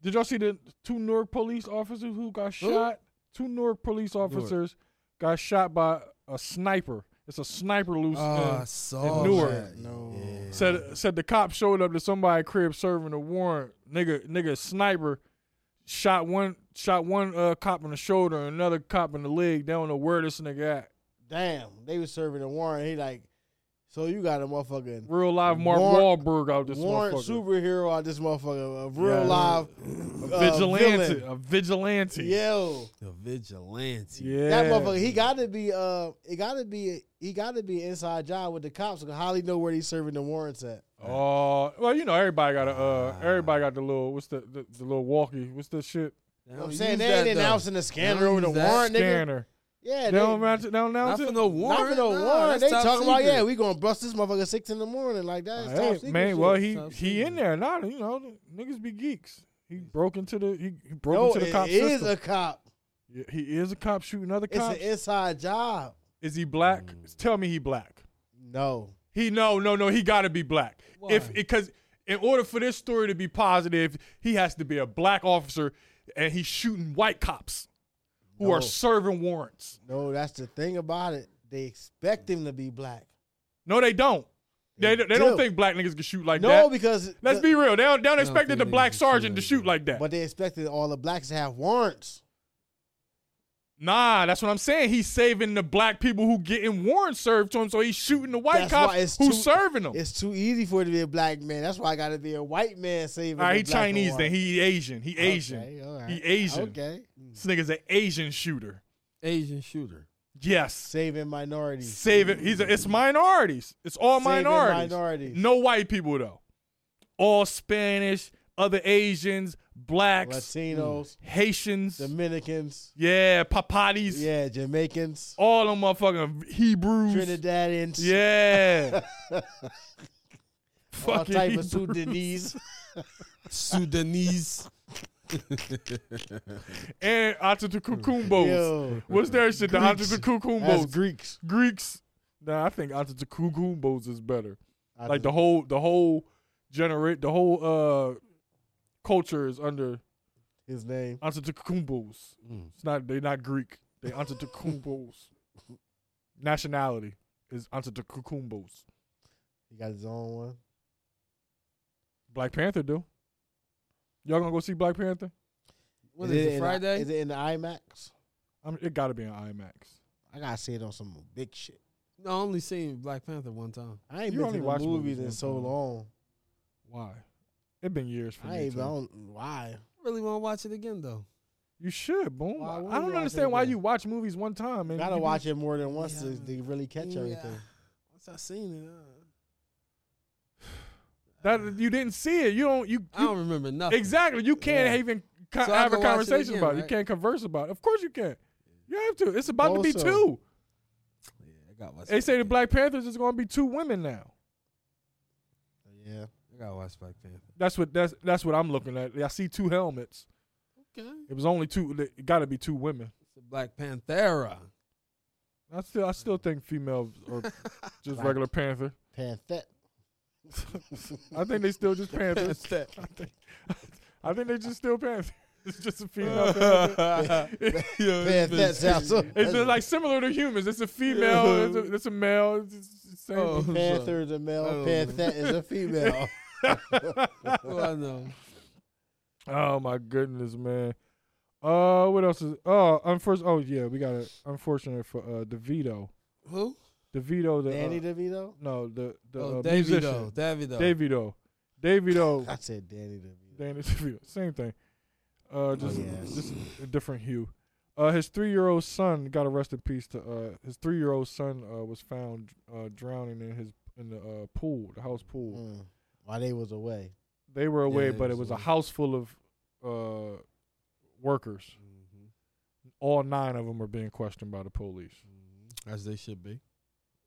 S2: Did y'all see the two Newark police officers who got shot? Two Newark police officers got shot by a sniper. It's a sniper loose.
S3: Ah,
S1: Oh, I
S2: in-
S1: saw
S2: Newark.
S1: that.
S3: No.
S1: Yeah.
S2: Said said the cop showed up to somebody crib serving a warrant. Nigga nigga sniper shot one shot one uh, cop in the shoulder and another cop in the leg. They don't know where this nigga at.
S3: Damn, they was serving a warrant. He like, so you got a motherfucking
S2: Real live Mark
S3: Warrant-
S2: Wahlberg out this
S3: warrant
S2: motherfucker.
S3: superhero out this motherfucker, a real
S2: Yeah.
S3: live
S2: a
S3: uh,
S2: vigilante.
S3: villain.
S2: a vigilante.
S3: Yo,
S1: The vigilante.
S2: Yeah.
S3: that motherfucker, he got to be, uh, he got to be, he got to be inside job with the cops. Cause how he know where he's serving the warrants at?
S2: Oh well, you know everybody got a uh, everybody got the little what's the, the the little walkie? What's the shit
S1: They
S3: You
S1: don't
S3: know what I'm saying
S1: use
S3: they
S1: that,
S3: ain't
S1: though.
S3: announcing the scanner
S1: They
S3: over
S1: don't
S3: the
S1: use that.
S3: warrant, nigga.
S2: scanner?
S3: Yeah,
S2: They
S3: they,
S2: don't announce it. They don't
S1: Not
S2: announce
S1: for
S2: it.
S1: no
S3: not
S1: warrant.
S3: for no
S1: Nah,
S3: warrant.
S1: that's
S3: They
S1: top
S3: talking about
S1: secret.
S3: yeah, we gonna bust this motherfucker six in the morning like that. It's top
S2: Hey,
S3: secret
S2: man,
S3: shit.
S2: well
S1: It's
S2: he
S1: top
S2: he
S1: secret.
S2: in there now. You know niggas be geeks. He broke into the he, he broke
S3: no,
S2: into the cop
S3: it is
S2: system.
S3: a cop.
S2: Yeah, he is a cop shooting other
S3: It's
S2: cops.
S3: an inside job.
S2: is he black? Tell me he black.
S3: No,
S2: He no, no, no. He got to be black. If because in order for this story to be positive, he has to be a black officer, and he's shooting white cops who
S3: No.
S2: are serving warrants.
S3: No, that's the thing about it. They expect him to be black.
S2: No, they don't. They,
S3: They
S2: they don't
S3: do.
S2: think black niggas can shoot like
S3: No,
S2: that.
S3: because
S2: Let's
S3: the-
S2: be real. They don't, they don't
S1: don't
S2: expect
S1: think
S2: the
S1: niggas
S2: black
S1: can shoot
S2: sergeant to
S1: like
S2: shoot
S1: that.
S2: like that.
S3: but they expected all the blacks to have warrants.
S2: Nah, that's what I'm saying. He's saving the black people who getting warrants served to him, so he's shooting the white
S3: That's why
S2: cops
S3: it's
S2: who's
S3: too-
S2: serving them.
S3: It's too easy for it to be a black man. That's why I got to be a white man saving.
S2: All right,
S3: the
S2: he
S3: black
S2: Chinese, then
S3: warrant.
S2: he Asian. He Asian.
S3: Okay, all right.
S2: He Asian.
S3: Okay,
S2: This nigga's an Asian shooter.
S1: Asian shooter.
S2: Yes.
S3: saving minorities.
S2: Save it. He's a, it's minorities. It's all
S3: Saving
S2: minorities.
S3: minorities.
S2: No white people though. All Spanish, other Asians, blacks, Mm.
S3: Latinos,
S2: Haitians.
S3: Dominicans,
S2: yeah, Papatis.
S3: yeah, Jamaicans,
S2: All them motherfucking Hebrews.
S3: Trinidadians,
S2: Yeah.
S3: all
S2: Fucking
S3: type of
S2: Hebrews.
S3: Sudanese.
S1: Sudanese.
S2: and Antetokounmpos.
S3: Yo,
S2: What's their shit? The
S3: Greeks. that's
S2: Antetokounmpos.
S3: Greeks.
S2: Greeks. Nah, I think Antetokounmpos is better.
S3: I
S2: Like
S3: just-
S2: the whole, the whole generate, the whole uh culture is under
S3: his name.
S2: Antetokounmpos.
S1: Mm.
S2: It's not they're not Greek. They Antetokounmpos. Nationality is Antetokounmpos.
S3: He got his own one.
S2: Black Panther do. Y'all gonna go see Black Panther?
S1: What is it,
S3: in-
S1: Friday?
S3: Is it in the IMAX?
S2: I mean, it gotta be an IMAX.
S3: I gotta see it on some big shit.
S1: no, I only seen Black Panther one time.
S3: I ain't
S2: You
S3: been
S2: only
S3: to the
S2: watch movies
S3: movies, in
S2: one
S3: so
S2: time.
S3: long.
S2: Why? It been years for
S3: I
S2: me.
S3: ain't.
S2: too.
S3: I don't. Why?
S1: Really want to watch it again though.
S2: You should, boom.
S3: Why would
S2: I
S3: you watch
S2: don't
S3: it
S2: understand why
S3: again?
S2: you watch movies one time and
S3: Gotta
S2: you
S3: watch it more than once to,
S1: Yeah.
S3: to really catch
S1: Yeah.
S3: everything.
S1: Once I seen it, uh,
S2: That you didn't see it. You don't. You,
S1: I
S2: you
S1: don't remember nothing.
S2: exactly. You can't
S1: Yeah.
S2: even co-
S1: So I
S2: have a
S1: can watch it
S2: conversation
S1: again,
S2: about it. You
S1: right?
S2: can't converse about it. Of course you can. You have to. It's about to be
S3: Also-
S2: two.
S1: Yeah, I got watch.
S2: They
S1: it
S2: say the
S1: again.
S2: Black Panthers is going to be two women now.
S3: Yeah.
S1: I gotta watch Black Panther.
S2: That's what that's that's what I'm looking at. I see two helmets.
S1: Okay. It's
S2: It was only two. It got to be two women.
S1: a Black Panthera.
S2: I still I still think female or just
S3: Black.
S2: regular Panther.
S3: Panthet.
S2: I think they still just Panthers.
S1: Panther.
S2: I think, I think they just still Panthers. It's just a female Panther.
S3: Panthet sounds so.
S2: It's just like similar to humans. It's a female. It's a, it's a male. It's, it's the same.
S1: Oh.
S2: thing.
S3: Panther is a
S1: I
S3: male.
S1: don't
S3: Panthet is a female.
S1: Oh, I know.
S2: Oh my goodness, man. Uh, what else is? Oh, unfortunate. Oh yeah, we got it. Unfortunate for uh DeVito.
S1: Who?
S2: DeVito. The, uh,
S3: Danny DeVito.
S2: no, the the
S1: Oh,
S2: uh,
S1: Davido.
S2: musician.
S1: Davido.
S2: Davido. Davido.
S3: I said Danny DeVito.
S2: Danny DeVito. Same thing. Uh, just
S3: yeah.
S2: just a different hue. Uh, his three-year-old son got arrested. Peace to uh, his three-year-old son uh, was found uh, drowning in his in the uh, pool, the house pool.
S3: Mm. While they was away.
S2: They were away,
S1: Yeah,
S2: but it was a
S1: absolutely.
S2: house full of uh, workers.
S1: Mhm.
S2: All nine of them are being questioned by the police.
S1: As they should be.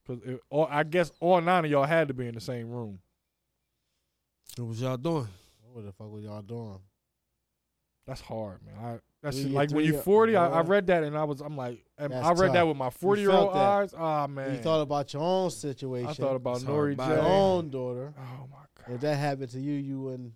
S2: Cause it, all, I guess all nine of y'all had to be in the same room.
S1: What was y'all doing?
S3: What the fuck were y'all doing?
S2: That's hard, man. I that's
S3: Three-
S2: like when
S3: three-
S2: you're 40. I, I
S3: yeah.
S2: read that and I was I'm like and
S3: That's
S2: I read that
S3: tough.
S2: with my 40 year old
S3: felt that.
S2: eyes. Ah man,
S3: You thought about your own situation.
S2: I thought about
S1: It's
S2: Nori
S1: hard
S2: J.
S1: body.
S3: your
S1: Oh.
S3: own daughter.
S2: Oh my god,
S3: If that happened to you, you wouldn't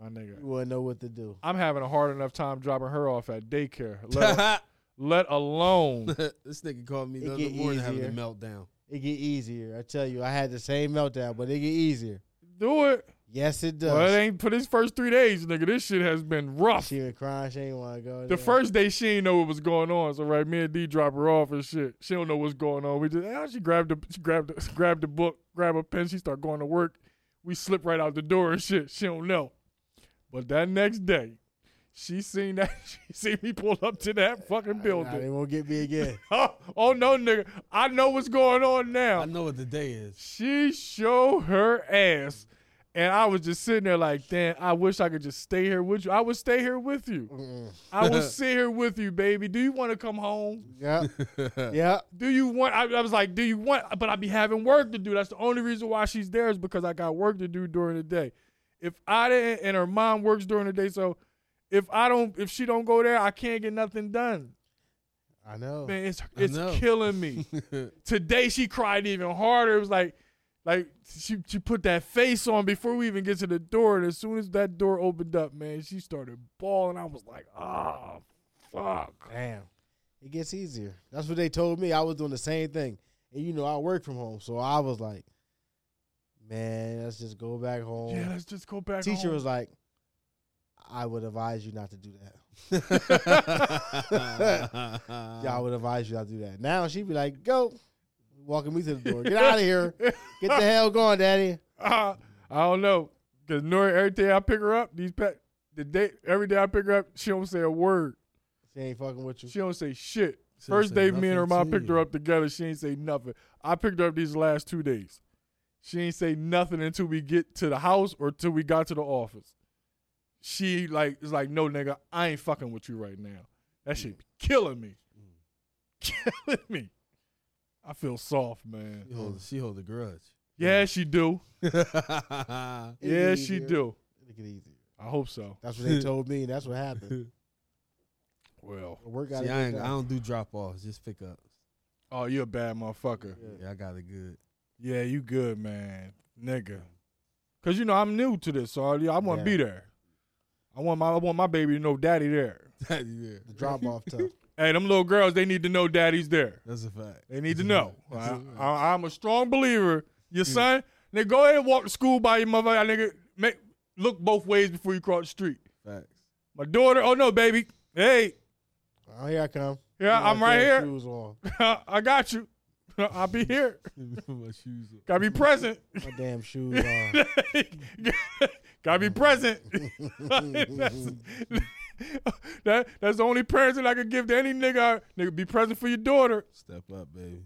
S2: my
S3: you
S2: nigga.
S3: wouldn't know what to do.
S2: I'm having a hard enough time dropping her off at daycare. Let, let alone.
S1: this nigga called me
S3: It
S1: the other
S3: get
S1: morning having a
S3: easier.
S1: meltdown.
S3: It get easier. I tell you, I had the same meltdown, but it get easier.
S2: Do it.
S3: Yes, it does.
S2: Well, it ain't for this first three days, nigga. This shit has been rough.
S3: She been crying. She ain't want to go.
S2: The
S3: there.
S2: first day she ain't know what was going on, so right, me and D drop her off and shit. She don't know what's going on. We just ah, she grabbed the she grabbed the, she grabbed the book, grab a pen. She start going to work. We slip right out the door and shit. She don't know. But that next day, she seen that she seen me pull up to that fucking
S3: Nah, they
S2: building.
S3: won't get me again.
S2: Oh, oh no, nigga, I know what's going on
S1: I
S2: now.
S1: know what the day is.
S2: She showed her ass, and I was just sitting there like, damn, I wish I could just stay here with you. I would stay here with you.
S3: Mm-mm.
S2: I will sit here with you, baby. Do you want to come home?
S3: Yeah, yeah.
S2: Do you want? I, I was like, do you want? But I be having work to do. That's the only reason why she's there is because I got work to do during the day. If I didn't, and her mom works during the day, so if I don't, if she don't go there, I can't get nothing done.
S3: I know.
S2: Man, it's
S1: Oh, I
S2: it's
S1: know.
S2: killing me. Today she cried even harder. It was like, Like she she put that face on before we even get to the door, and as soon as that door opened up, man, she started bawling. I was like, oh fuck.
S3: Damn. It gets easier. That's what they told me. I was doing the same thing. And you know, I work from home. So I was like, man, let's just go back home.
S2: Yeah, let's just go back.
S3: Teacher
S2: home.
S3: was like, I would advise you not to do that. Yeah, I
S2: Uh-huh.
S3: would advise you not to do that. Now she'd be like, go. Walking me to the door. Get out of here. Get the hell going, daddy.
S2: Ah, I don't know, cause Nori, every day I pick her up, these pet the day every day I pick her up, she don't say a word.
S3: She ain't fucking with you.
S2: She don't say shit.
S1: She don't
S2: First
S1: say
S2: day, me
S1: nothing
S2: and her mom
S1: to
S2: picked
S1: you.
S2: her up together. She ain't say nothing. I picked her up these last two days. She ain't say nothing until we get to the house or till we got to the office. She like is like, no nigga, I ain't fucking with you right now. That shit
S1: Mm.
S2: be killing me, killing me. I feel soft, man.
S1: She hold, she hold a grudge.
S2: Yeah, she do.
S1: That's
S3: It'll
S2: Yeah,
S3: get
S2: she
S3: easier.
S2: do.
S3: It'll get easier.
S2: I hope so.
S3: That's what they told me. and That's what happened.
S2: Well,
S3: The work got
S1: See, I,
S3: get
S1: ain't, I
S3: done.
S1: don't do drop offs, just pick ups.
S2: oh, you a bad motherfucker.
S1: Yeah, I got it good.
S2: Yeah, you good, man, nigga. Cause you know I'm new to this, so I, I want
S3: Yeah.
S2: to be there. I want my I want my baby to know daddy there.
S1: yeah,
S3: The drop off tough.
S2: Hey, them little girls, they need to know daddy's there.
S1: that's a fact.
S2: They need to know.
S1: Mm-hmm. That's
S2: I,
S1: a fact.
S2: I, am a strong believer. Your son, nigga, go ahead and walk to school by your mother, nigga. Make, look both ways before you cross the street.
S1: Facts.
S2: My daughter, oh no, baby, hey,
S3: Oh, here I come.
S2: yeah,
S3: Put my
S2: I'm right
S3: damn
S2: here.
S3: Shoes on.
S2: I got you. I'll be here.
S1: Put my shoes on.
S2: Gotta be present.
S3: My damn shoes on.
S2: Gotta be present. that's, that, that's the only parenting I could give to any nigga. Nigga, be present for your daughter.
S1: Step up, baby.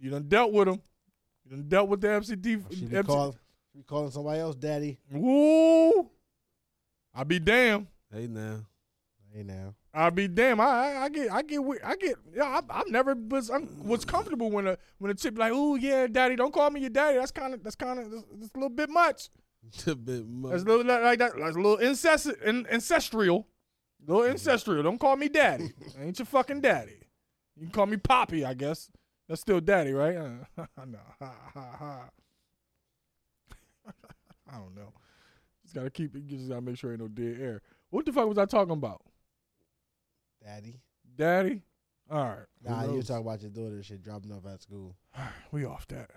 S2: You done dealt with him. You done dealt with the MCD.
S3: Oh, She be,
S2: MC
S3: call, she be calling somebody else daddy.
S2: Woo! I be damn.
S1: Hey now,
S3: Hey now.
S2: I be damn. I, I I get I get we- I get. Yeah, I, I've never was I'm, was comfortable when a when a chip like, oh yeah, daddy, don't call me your daddy. That's kind of that's kind of that's, that's a little bit much.
S1: a bit much.
S2: That's a little like that. That's a little incest, in, ancestral. little
S3: Mm-hmm.
S2: ancestral. Don't call me daddy. I ain't your fucking daddy. You can call me Poppy, I guess. That's still daddy, right? Uh, no. Ha, ha, ha. I don't know. Just gotta keep it. Just gotta make sure ain't no dead air. What the fuck was I talking about?
S3: Daddy.
S2: Daddy. All right,
S3: Nah,
S1: Who
S3: you
S1: knows?
S3: talking about your daughter shit dropping off at school.
S2: we off that.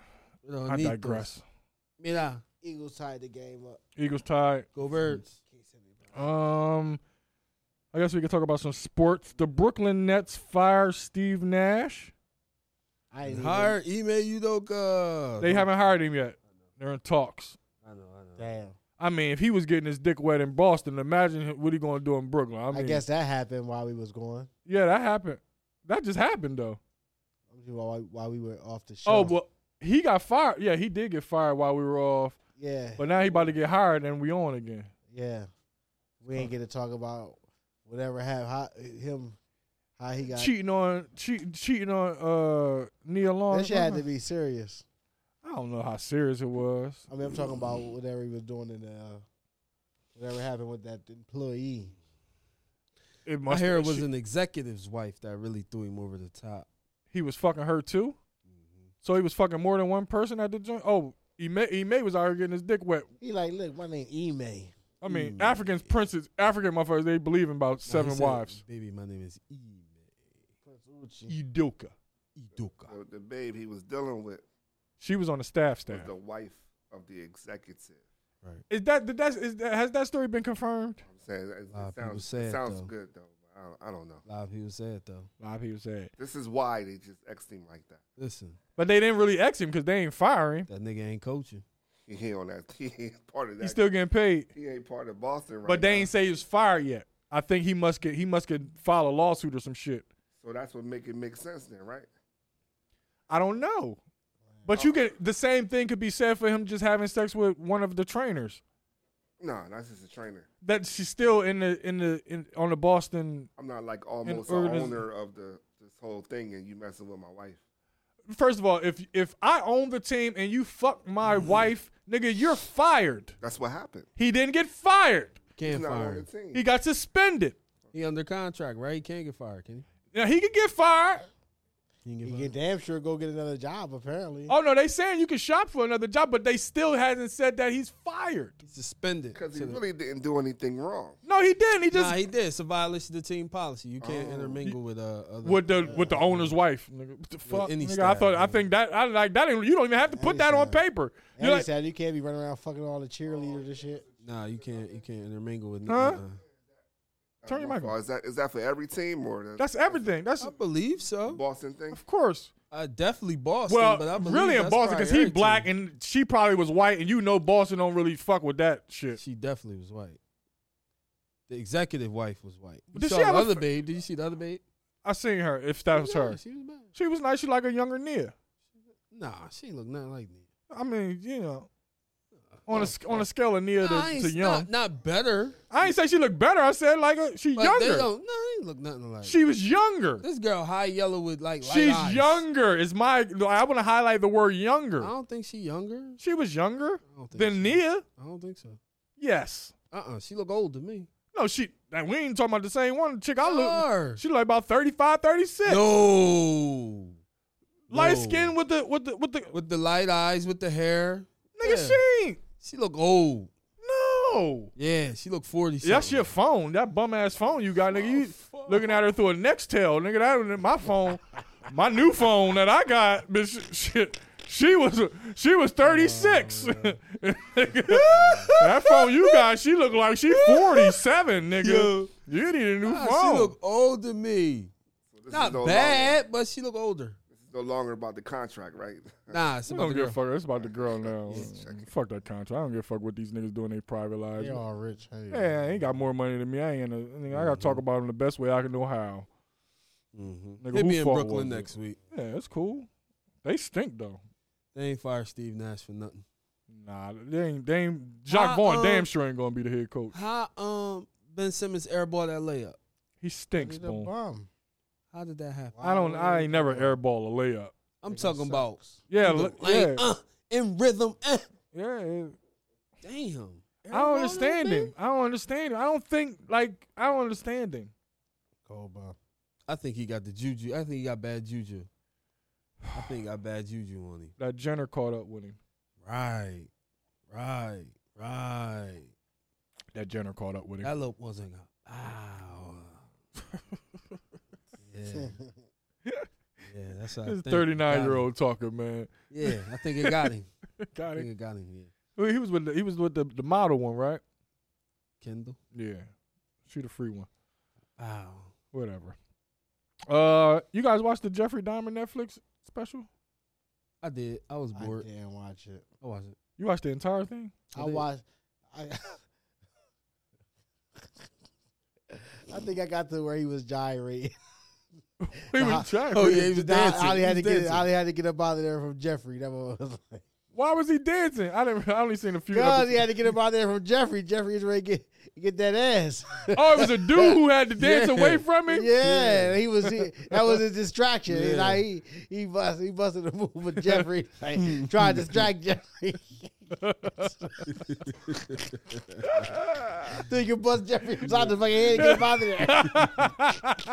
S1: We don't
S2: I
S1: need
S2: digress.
S1: those. Mira,
S3: Eagles tied the game up.
S2: Eagles tied.
S1: go birds.
S2: Um, I guess we could talk about some sports. The Brooklyn Nets fire Steve Nash.
S3: I ain't
S1: Hire Ime Udoka.
S3: Uh-huh.
S2: They haven't hired him yet. They're in talks.
S1: I know. I know.
S3: Damn.
S2: I mean, if he was getting his dick wet in Boston, imagine what he gonna do in Brooklyn. I,
S3: I,
S2: mean,
S3: guess that happened while we was going.
S2: yeah, that happened. That just happened though.
S3: I'm just- While, while we were off the show.
S2: Oh well, he got fired. Yeah, he did get fired while we were off,
S3: Yeah.
S2: but now he about to get hired and we on again.
S3: yeah. We ain't get to talk about whatever happened. How, him, how he got.
S2: Cheating on, cheating, cheating on uh Nia Long.
S3: That shit had to be serious.
S2: I don't know how serious it was.
S3: I mean, I'm talking about whatever he was doing in the, uh, whatever happened with that employee.
S2: It
S1: My
S2: must.
S1: hair
S2: she-
S1: was an executive's wife that really threw him over the top.
S2: he was fucking her too. So he was fucking more than one person at the joint. Oh, Ime, Ime was out here getting his dick wet.
S3: He like, look, my name Ime.
S2: I mean,
S1: Mm.
S2: Africans, princes, African motherfuckers, they believe in
S1: Nah,
S2: about
S1: he
S2: seven
S1: said,
S2: wives.
S1: Baby, my name is Ime
S2: Iduka.
S1: Udoka.
S5: The, the babe he was dealing with
S2: She was on the staff staff.
S5: was the wife of the executive.
S2: Is that, did that, is that, has that story been confirmed?
S5: I'm saying it,
S1: Lot of
S5: it
S1: people
S5: sounds,
S1: say
S5: it
S1: it,
S5: sounds
S1: though.
S5: good though. but I don't, I don't know.
S1: A lot of people say it though.
S2: A lot of people said.
S5: This is why they just X him like that.
S1: Listen,
S2: But they didn't really X him because they ain't firing.
S1: that
S2: him.
S1: nigga ain't coaching.
S5: He ain't on that. He ain't part of that.
S2: He's still getting paid.
S5: he ain't part of Boston right
S2: but they
S5: now.
S2: ain't say he was fired yet. I think he must get, he must get, file a lawsuit or some shit.
S5: So that's what make it make sense then, right?
S2: I don't know. But you get the same thing could be said for him just having sex with one of the trainers.
S5: No, that's just a trainer.
S2: that she's still in the in the in, on the Boston.
S5: I'm not like almost the
S2: organiz-
S5: owner of the this whole thing, and you messing with my wife.
S2: First of all, if if I own the team and you fuck my wife, nigga, you're fired.
S5: That's what happened.
S2: He didn't get fired.
S5: He's
S1: Can't
S5: not
S1: fire.
S5: on the
S1: Him.
S5: team.
S2: He got suspended.
S1: He under contract, right? He can't get fired, can he?
S2: Now he could get fired.
S1: You
S3: You
S1: can
S3: can
S1: get
S3: damn sure go get another job. Apparently,
S2: Oh no, they saying you can shop for another job, but they still hasn't said that he's fired.
S1: suspended.
S5: Because he
S1: to the-
S5: really didn't do anything wrong.
S2: No, he didn't. He just
S1: nah, he did. It's a violation of the team policy. You can't
S5: Oh.
S1: intermingle with uh, other.
S2: with the with the owner's wife. Nigga, what the fuck?
S1: any
S2: nigga, I
S1: staff,
S2: thought I
S1: nigga.
S2: think that I like that. Ain't, you don't even have to put
S3: Any
S2: that on
S3: staff.
S2: paper.
S3: and
S2: You're
S3: he
S2: like,
S3: said you can't be running around fucking all the cheerleaders and shit.
S1: nah, you can't. You can't intermingle with.
S2: Huh?
S1: uh-uh.
S5: That's
S2: Turn your
S5: my
S2: mic
S5: fault.
S2: on.
S5: Is that is that for every team or that's,
S2: that's everything. That's
S1: I believe so.
S5: Boston thing?
S2: of course.
S1: I definitely Boston.
S2: Well,
S1: but I believe
S2: really in
S1: that's
S2: Boston because
S1: probably
S2: he
S1: her
S2: black
S1: team.
S2: and she probably was white, and you know Boston don't really fuck with that shit.
S1: she definitely was white. The executive wife was white. You
S2: Did
S1: saw
S2: she
S1: the
S2: have a
S1: other
S2: fr-
S1: babe? Did you see the other babe?
S2: I seen her. If that was
S1: Yeah,
S2: her,
S1: She was bad.
S2: she was nice. She like a younger Nia.
S1: Nah, she looked nothing like me.
S2: I mean, you know, on a sc- on a scale of Nia
S1: Oh, Nah, I
S2: to,
S1: ain't
S2: to
S1: s-
S2: young,
S1: Not, not better.
S2: I ain't say she looked better. I said like a, she
S1: But They
S2: younger.
S1: don't, no, they ain't look nothing like.
S2: She was younger.
S1: this girl high yellow with like light
S2: She's
S1: eyes.
S2: younger. Is my I want to highlight the word
S1: I
S2: younger.
S1: don't think she younger.
S2: She was younger
S1: I don't think
S2: than
S1: so.
S2: Nia.
S1: I don't think so.
S2: Yes.
S1: Uh uh she look old to me.
S2: No, she. Like, we ain't talking about the same one. Chick, I look.
S1: Sure.
S2: She like about 35, 36.
S1: No.
S2: Light
S1: No.
S2: skin with the with the with the
S1: with the light eyes, with the hair.
S2: nigga.
S1: Yeah.
S2: She ain't.
S1: She look old.
S2: No.
S1: Yeah, she look forty.
S2: That's
S1: something.
S2: your phone. That bum ass phone you got, nigga. You
S1: Oh,
S2: looking at her through a Nextel, nigga. That was my phone, my new phone that I got. Bitch, shit. She was she was thirty six.
S1: Uh.
S2: that phone you got, she looked like she forty seven, nigga. You need a new
S1: Nah,
S2: phone.
S1: She look old to me.
S5: This is
S1: Not
S5: no Longer,
S1: bad, but she look older.
S5: this is no longer about the contract, right?
S1: Nah, it's
S2: I
S1: about
S2: don't
S1: the
S2: give a
S1: girl.
S2: fuck. It's about the girl now.
S5: Checking.
S2: Fuck that contract. I don't give a fuck what these niggas do in their private lives.
S3: They all rich. Hey,
S2: Yeah, I ain't got more money than me. I ain't. A, nigga, I gotta talk about them the best way I can know how.
S1: Mm-hmm.
S2: Nigga,
S1: He'll
S2: who
S1: be in
S2: fault
S1: Brooklyn
S2: was it?
S1: next week.
S2: Yeah, it's cool. They stink though.
S1: They ain't fire Steve Nash for nothing.
S2: Nah, they ain't. They ain't Jacques Vaughn
S1: uh,
S2: damn sure ain't gonna be the head coach.
S1: How um Ben Simmons airball that layup?
S2: He stinks,
S3: He's a
S2: boom.
S3: bum.
S1: How did that happen?
S2: I don't. I ain't never airball a layup.
S1: I'm
S3: Nigga
S1: talking about
S3: sucks.
S2: Yeah,
S1: in the
S2: li-
S1: lane,
S2: yeah,
S1: uh, in rhythm. Uh,
S2: yeah. it-
S1: damn.
S2: I don't understand him. I don't understand him. I don't think like I don't understand him.
S3: Cold bum.
S1: I think he got the juju. I think he got bad juju. I think he got bad juju on him.
S2: That Jenner caught up with him.
S1: Right, right, right.
S2: That Jenner caught up with him.
S1: That look wasn't a ow. yeah, yeah. That's how I
S2: This
S1: think it got
S2: thirty nine year
S1: him.
S2: old talking man.
S1: Yeah, I think it got him. I
S2: Got
S1: think
S2: it.
S1: it got him. Yeah,
S2: Well, He was with the, he was with the, the model one, right?
S1: Kendall.
S2: Yeah, shoot a free one.
S1: Wow.
S2: Whatever. Uh, you guys watch the Jeffrey Dahmer Netflix special?
S1: I did. I was
S3: I
S1: bored. Oh,
S3: didn't watch it.
S1: I, watched it.
S2: You watched the entire thing?
S1: I
S3: I
S1: did.
S3: watched. I, I think I got to where he was gyrating.
S2: He
S3: Nah.
S2: was trying.
S1: Oh, yeah. he was
S3: Nah,
S1: dancing.
S3: I only had
S1: He
S3: to
S1: was
S3: get.
S1: dancing.
S3: I only had to get up out of there from Jeffrey. That was.
S2: Why was he dancing? I didn't. I only seen a few.
S3: Because
S2: episodes.
S3: he had to get up out there from Jeffrey. Jeffrey is ready to get get that ass.
S2: Oh, it was a dude who had to dance
S1: Yeah.
S2: away from
S3: yeah,
S2: him.
S3: he was. He, that was a distraction.
S1: Yeah.
S3: Like he he busted he busted a move with Jeffrey. Like, tried to distract Jeffrey. so you can bust Jeffrey out the fucking head and get up out of there.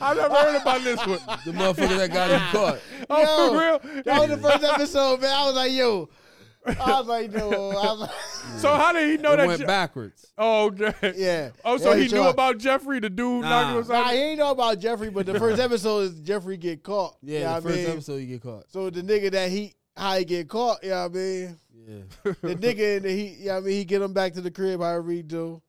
S2: I never heard about this one.
S1: The motherfucker that got him caught.
S2: Oh,
S3: That
S2: for
S3: was
S2: real.
S3: the first episode, man. I was like, yo. I was like, no. I was like,
S2: So how did he know
S1: It
S2: that?
S1: went
S2: Je-
S1: backwards.
S2: oh, okay.
S3: yeah.
S2: Oh, so
S3: Yeah,
S2: he knew
S3: tried-
S2: about Jeffrey, the dude who
S1: Nah.
S2: knocked him
S3: Nah,
S2: out.
S3: he ain't know about Jeffrey, but the first episode is Jeffrey get caught.
S1: Yeah,
S3: You know
S1: the
S3: what I
S1: first
S3: mean?
S1: episode you get caught.
S3: So the nigga that he how he get caught, you know what I mean?
S1: Yeah.
S3: The nigga and he you know what I mean he get him back to the crib however he do.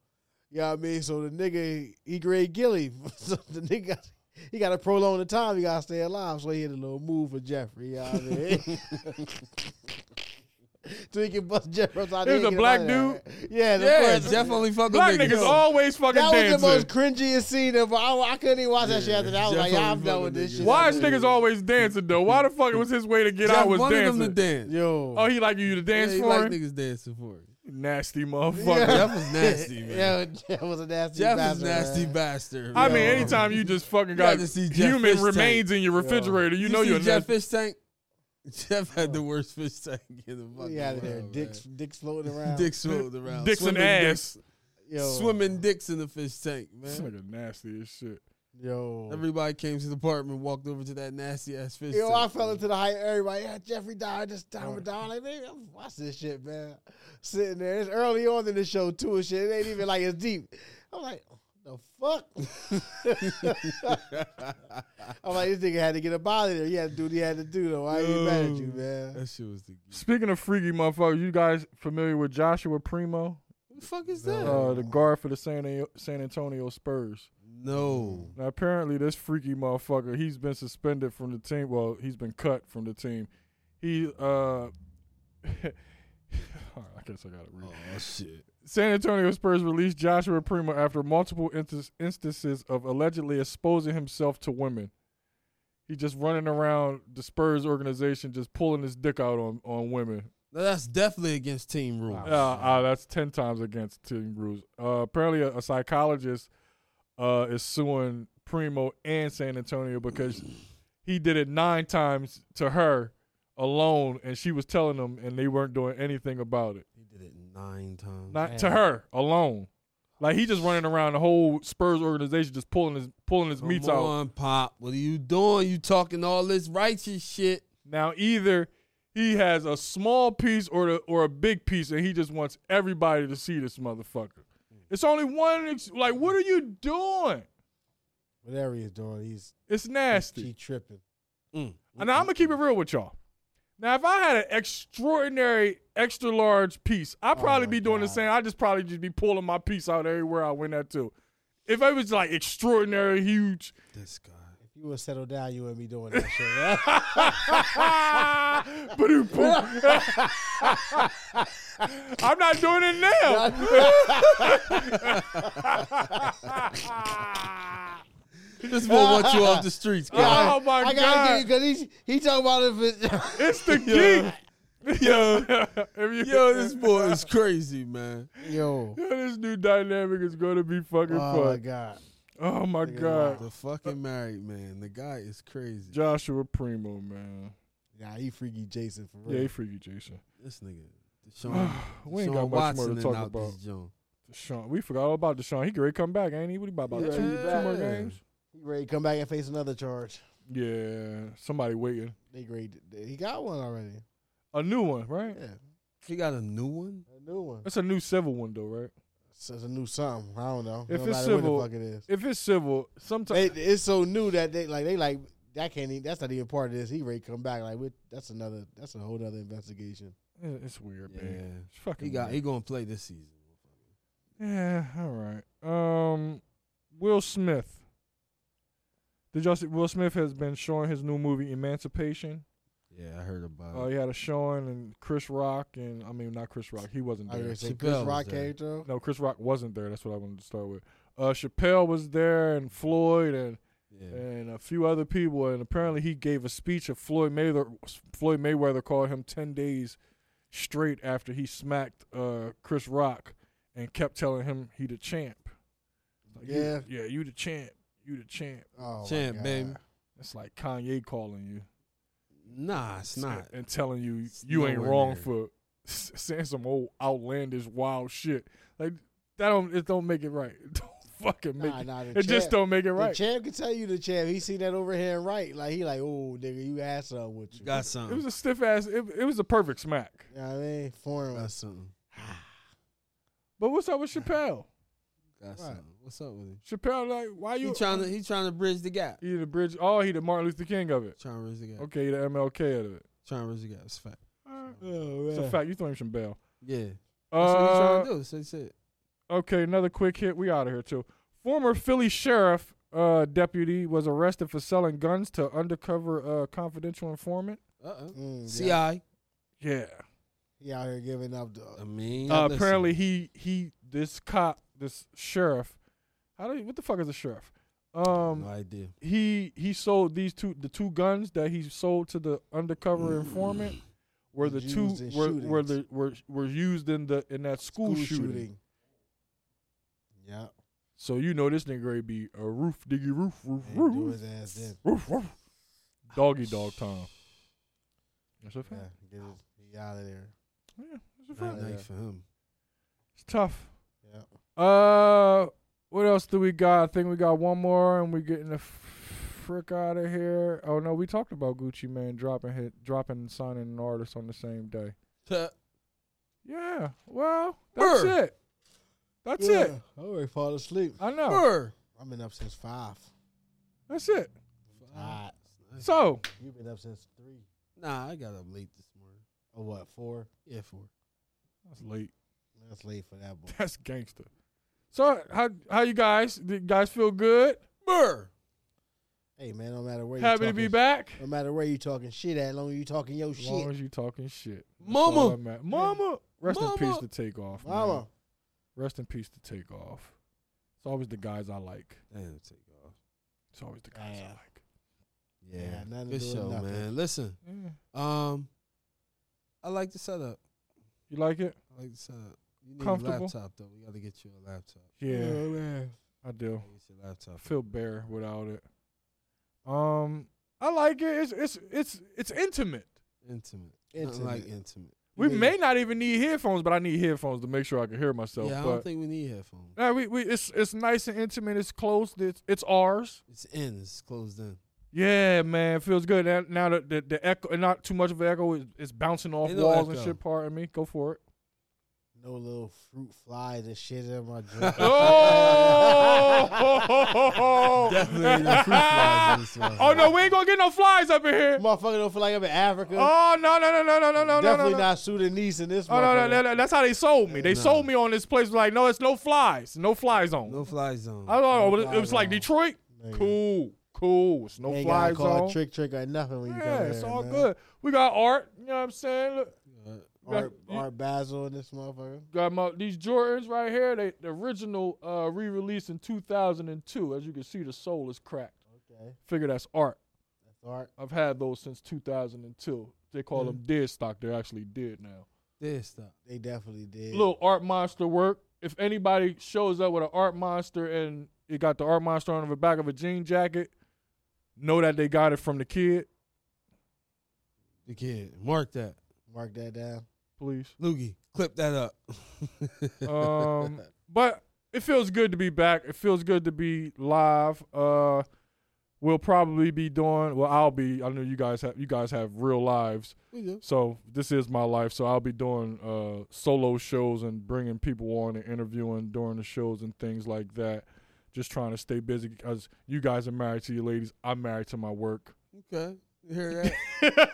S3: You know what I mean? So the nigga he grade Gilly. So the nigga got, he gotta prolong the time, he gotta stay alive. So he hit a little move for Jeffrey, you know what I mean? So he can bust Jeffrey out
S2: It was a black
S3: Yeah, the
S1: Yeah,
S3: first-
S1: Jeff only fuck
S2: Black
S1: with
S2: niggas
S1: niggas.
S2: always fucking
S3: That was
S2: dancing.
S3: the most cringiest scene ever. I, I couldn't even watch that shit
S1: Yeah,
S3: after that. I was
S1: Jeff
S3: like, yeah,
S1: only
S3: I'm done
S1: fucking
S3: with this
S1: niggas.
S3: shit.
S2: Why is niggas always dancing though? Why the fuck it was his way to get
S1: Jeff
S2: out was
S1: wanted
S2: dancing?
S1: them to dance.
S3: Yo.
S2: Oh, he like you to dance
S1: yeah, he
S2: for
S1: like
S2: him?
S1: niggas dancing for him.
S2: Nasty motherfucker.
S1: Jeff was nasty, man.
S3: Yeah, Jeff was a nasty
S1: Jeff is
S3: bastard,
S1: nasty
S3: man.
S1: bastard.
S2: I
S1: man.
S2: mean, anytime you just fucking
S1: got
S2: got
S1: to see Jeff
S2: human
S1: Fish
S2: remains in your refrigerator, you, know
S1: see
S2: you're a
S1: Jeff
S2: nasty. Oh.
S1: fish tank. Jeff had the worst fish tank in the fucking
S3: He out of there.
S1: world,
S3: Dicks,
S1: man.
S3: dicks floating around.
S1: dicks swimming around,
S2: Dicks and
S1: Swimming
S2: ass.
S1: dicks- swimming dicks in the fish tank,
S2: This
S1: man.
S2: nigga nasty as shit.
S3: Yo.
S1: Everybody came to the apartment, walked over to that nasty ass fish.
S3: Yo, I
S1: tank.
S3: fell into the hype. Everybody, yeah, Jeffrey died this time.
S2: Right.
S3: Right. Died. Like, man, I'm watching this shit, man. Sitting there. It's early on in the show, too, and shit. It ain't even like it's deep. I'm like, the fuck? I'm like, this nigga had to get up out of there. He had to do what he had to do, though. I ain't mad at you,
S1: Yo.
S3: man.
S1: That shit was the.
S2: Speaking of freaky motherfuckers, you guys familiar with Joshua Primo,
S1: Who the fuck is that?
S2: uh, the guard for the San, San Antonio Spurs?
S1: no.
S2: Now, apparently, this freaky motherfucker, he's been suspended from the team. Well, he's been cut from the team. He, uh, all right, I guess I gotta read.
S1: Oh shit.
S2: San Antonio Spurs released Joshua Primo after multiple inst- instances of allegedly exposing himself to women. He just running around the Spurs organization, just pulling his dick out on, on women.
S1: No, that's definitely against team rules.
S2: Uh, uh, that's 10 times against team rules. Uh, apparently, a, a psychologist uh, is suing Primo and San Antonio because he did it nine times to her alone, and she was telling them, and they weren't doing anything about it.
S1: He did it nine times.
S2: Not to her alone. Like he just running around the whole Spurs organization, just pulling his pulling his
S1: Come
S2: meats out.
S1: on, Pop. What are you doing? You talking all this righteous shit?
S2: Now either he has a small piece or the, or a big piece, and he just wants everybody to see this motherfucker. It's only one. Ex- like what are you doing?
S3: Whatever he's doing, he's
S2: It's
S3: he
S2: nasty.
S3: tripping.
S1: Mm.
S2: And I'm gonna keep it real with y'all. Now if I had an extraordinary extra large piece, I'd probably
S3: my
S2: be doing the
S3: God.
S2: same. I'd just probably just be pulling my piece out everywhere I went at too. If it was like extraordinary huge.
S1: This guy.
S3: If you would settle down, you wouldn't be doing that shit, man.
S2: But who poop? I'm not doing it Oh, now.
S1: This boy wants you off the streets, guy.
S2: oh my
S3: I gotta
S2: god!
S3: get because he's he talking about if it's
S2: it's the geek. Yo,
S1: Yo, this boy is crazy, man.
S3: yo.
S2: Yo, this new dynamic is gonna be fucking
S3: Oh my
S2: fun.
S3: god.
S2: Oh my god,
S1: The fucking married man. The guy is crazy.
S2: Joshua Primo, man.
S3: Nah, he freaky Jason for
S2: Yeah,
S3: real.
S2: he freaky Jason.
S1: This nigga. Deshaun,
S2: we ain't
S1: Deshaun
S2: got much
S1: Watson
S2: more to
S1: and
S2: talk
S1: out
S2: about.
S1: This joint.
S2: Deshaun, we forgot all about Deshaun. He great come back, ain't he? What he about about
S3: Yeah,
S2: two,
S3: he
S2: two
S3: back.
S2: more games?
S3: He ready to come back and face another charge.
S2: Yeah, somebody waiting.
S3: They great. He got one already.
S2: A new one, right?
S3: Yeah,
S1: He got a new one?
S3: a new one.
S2: That's a new civil one though, right?
S3: So it's a new something. I don't know.
S2: If
S3: no
S2: it's
S3: matter
S2: civil-
S3: what the fuck it is.
S2: If it's civil, sometimes
S3: They, it's so new that they like they like that can't even. That's not even part of this. He ready to come back. Like we, that's another. That's a whole other investigation.
S2: it's weird,
S1: Yeah.
S2: man. It's fucking.
S1: He got
S2: weird.
S1: he gonna play this season.
S2: yeah. All right. Um, Will Smith. Did y'all see? Will Smith has been showing his new movie Emancipation.
S1: Yeah, I heard about
S2: Uh,
S1: it.
S2: he had a showing and Chris Rock and I mean not Chris Rock. He wasn't
S3: I
S2: there.
S3: gonna say
S1: Chappelle
S3: Chris
S1: was
S3: Rock
S1: there.
S3: came through.
S2: No, Chris Rock wasn't there. That's what I wanted to start with. Uh, Chappelle was there and Floyd and
S1: Yeah.
S2: and a few other people. And apparently, he gave a speech of Floyd Mayweather. Floyd Mayweather called him ten days straight after he smacked uh, Chris Rock and kept telling him he the champ. Like, you-
S3: Yeah.
S2: yeah, you the champ, you the champ.
S3: Oh my
S1: Champ,
S3: God.
S1: baby.
S2: It's like Kanye calling you,
S1: Nah, it's not.
S2: and telling you
S1: It's
S2: you ain't
S1: nowhere
S2: wrong
S1: near.
S2: for s- saying some old outlandish wild shit. Like that don't it don't make it right. It don't fucking make
S3: Nah,
S2: it.
S3: nah, the
S2: It just
S3: champ-
S2: don't make it
S3: The
S2: right.
S3: champ can tell you the champ. He seen that over here and right. Like he like, oh nigga, you had something with you.
S1: Got
S2: It was
S1: something.
S2: a stiff ass. It, it was a perfect smack.
S3: you know what I mean? Foreign.
S1: Got something.
S2: But what's up with Chappelle?
S1: Got something. What's up with him?
S2: Chappelle, like, why you
S1: He trying to he trying to bridge the gap.
S2: He the bridge? Oh, he the Martin Luther King of it.
S1: Trying to bridge the gap.
S2: Okay, he the MLK of it.
S1: Trying to bridge the gap. It's a fact.
S3: Oh,
S2: It's a
S3: man.
S2: fact. You throw him some bail.
S1: Yeah. That's what he trying
S2: Uh,
S1: to do. So that's it.
S2: okay, another quick hit. We out of here too. Former Philly sheriff uh, deputy was arrested for selling guns to undercover uh, confidential informant.
S1: Uh oh.
S3: Mm,
S1: CI.
S3: yeah.
S2: Yeah.
S3: He out here giving up the
S1: I mean,
S2: Uh,
S1: listen.
S2: apparently, he he this cop, this sheriff. How do you, what the fuck is a sheriff? Um,
S1: no idea.
S2: he he sold these two the two guns that he sold to the undercover informant were the
S3: Was
S2: two
S3: used in
S2: were, were the
S3: shootings.
S2: were were used in the in that school, shooting.
S3: Yeah.
S2: So you know this nigga gonna be a roof diggy roof roof
S3: And do
S2: roof
S3: his ass then.
S2: roof roof doggy dog time. That's a
S3: Yeah.
S2: fact.
S3: Get his, he out of there.
S2: Yeah, that's a
S1: Not
S2: fact.
S1: nice for him.
S2: It's tough.
S3: Yeah.
S2: Uh, What else do we got? I think we got one more, and we're getting the frick out of here. Oh no, we talked about Gucci Man dropping hit, dropping and signing an artist on the same day. Oh. Yeah. Well, that's
S1: Brr.
S2: it. That's it.
S3: I already fall asleep.
S2: I know.
S1: Brr.
S3: I've been up since five.
S2: That's it.
S3: Alright.
S2: So
S3: You've been up since three.
S1: Nah, I got up late this morning.
S3: Or what, four?
S1: Yeah, four.
S2: that's late.
S3: That's late for that boy.
S2: That's gangster. So how how you guys? Did you guys feel good?
S1: Brr.
S3: Hey man, no matter where you
S2: Happy to be back.
S3: No matter where you talking shit at, as long as you talking your
S2: As long
S3: shit.
S2: as you talking shit. That's all
S1: Mama.
S2: that matter. mama. Rest
S1: Mama.
S2: in peace to take off.
S3: Mama.
S2: Rest in peace to take off. It's always the guys I like.
S1: Damn, take off.
S2: It's always the guys
S3: Yeah.
S1: Yeah,
S3: Yeah, nothing
S1: good
S3: doing
S1: show,
S3: nothing.
S1: man. Listen,
S2: I like. Yeah.
S1: um, I like the setup.
S2: You like it?
S1: I like the setup. You need
S2: Comfortable.
S1: a laptop though. We got to get you a laptop.
S2: Yeah,
S3: man.
S2: I do.
S1: Gotta Get your laptop.
S2: I feel bare without it. Um, I like it. It's it's it's it's intimate.
S1: Intimate.
S3: Intimate.
S1: Intimate. like intimate.
S2: We
S3: Yeah.
S2: may not even need headphones, but I need headphones to make sure I can hear myself.
S1: yeah, I
S2: but
S1: don't think we need headphones.
S2: Nah, we, we it's it's nice and intimate. It's close. It's, it's ours.
S1: It's in. It's closed in.
S2: Yeah, man, feels good. Now, now the, the the echo, not too much of an echo. It's, it's bouncing off
S1: Ain't no
S2: walls and
S1: echo.
S2: shit. Pardon me. Go for it.
S3: No little fruit flies and shit in my drink.
S2: Oh,
S1: Definitely no fruit flies in this one.
S2: Oh no, we ain't gonna get no flies up in here.
S3: Motherfucker don't feel like I'm in Africa.
S2: Oh no no no no no no no no
S3: Definitely
S2: no.
S3: not Sudanese in this
S2: Oh no, no, no,
S3: motherfucker.
S2: no, that's how they sold me. They sold me on this place. Like, no, it's no flies, no fly zone.
S1: No fly zone.
S2: I don't know. it-
S3: fly
S2: it was like
S3: zone.
S2: Detroit.
S3: Nigga.
S2: Cool, cool. It's no
S3: Ain't
S2: fly
S3: gotta call
S2: zone.
S3: it trick trick or nothing when you come
S2: Yeah,
S3: here.
S2: it's all
S3: man.
S2: good. We got art. You know what I'm saying? Look,
S3: Art,
S2: Yeah.
S3: Art Basil in this motherfucker.
S2: got my these Jordans right here. They the original uh, re-release in 2002. As you can see, the sole is cracked.
S3: Okay,
S2: Figure that's art.
S3: that's art.
S2: I've had those since 2002. They call
S1: Yeah.
S2: them dead stock. They're actually dead now.
S1: This stop.
S3: They definitely did.
S2: Little art monster work. If anybody shows up with an art monster and it got the art monster on the back of a jean jacket, know that they got it from the kid.
S1: The kid. Mark that.
S3: mark that down.
S2: Please.
S1: Loogie, clip that up.
S2: um, but it feels good to be back. It feels good to be live. Uh, we'll probably be doing. Well, I'll be. I know you guys have. You guys have real lives.
S1: We do.
S2: So this is my life. So I'll be doing uh, solo shows and bringing people on and interviewing during the shows and things like that. Just trying to stay busy because you guys are married to your ladies. I'm married to my work.
S1: Okay. You hear that?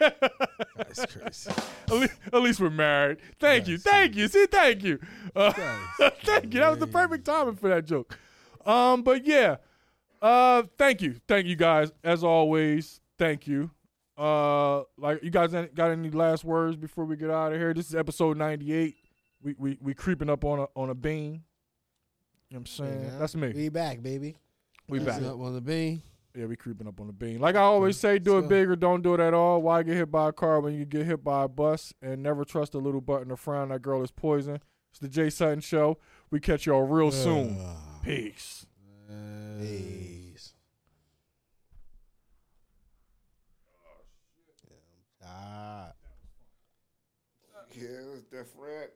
S1: That's crazy.
S2: At least, at least we're married. Thank you.
S1: Yes.
S2: Thank you. See, thank you. Uh,
S1: Yes.
S2: thank you. That was the perfect timing for that joke. Um, but yeah. Uh thank you. Thank you guys. As always, thank you. Uh like you guys ain't got any last words before we get out of here? This is episode ninety eight. We we we creeping up on a on a bean. You know what I'm saying?
S3: Yeah.
S2: That's me.
S3: We back, baby.
S2: We
S1: That's
S2: back.
S1: Up on the bean.
S2: Yeah, we creeping up on the bean. Like I always say, do
S1: So-
S2: it big or don't do it at all. Why get hit by a car when you get hit by a bus? And never trust a little button to frown. That girl is poison. It's the Jay Sutton Show. We catch y'all real soon.
S1: Ah.
S2: Peace.
S1: 哎
S3: Jeez. Ah.
S2: Oh,
S5: Yeah, it's different.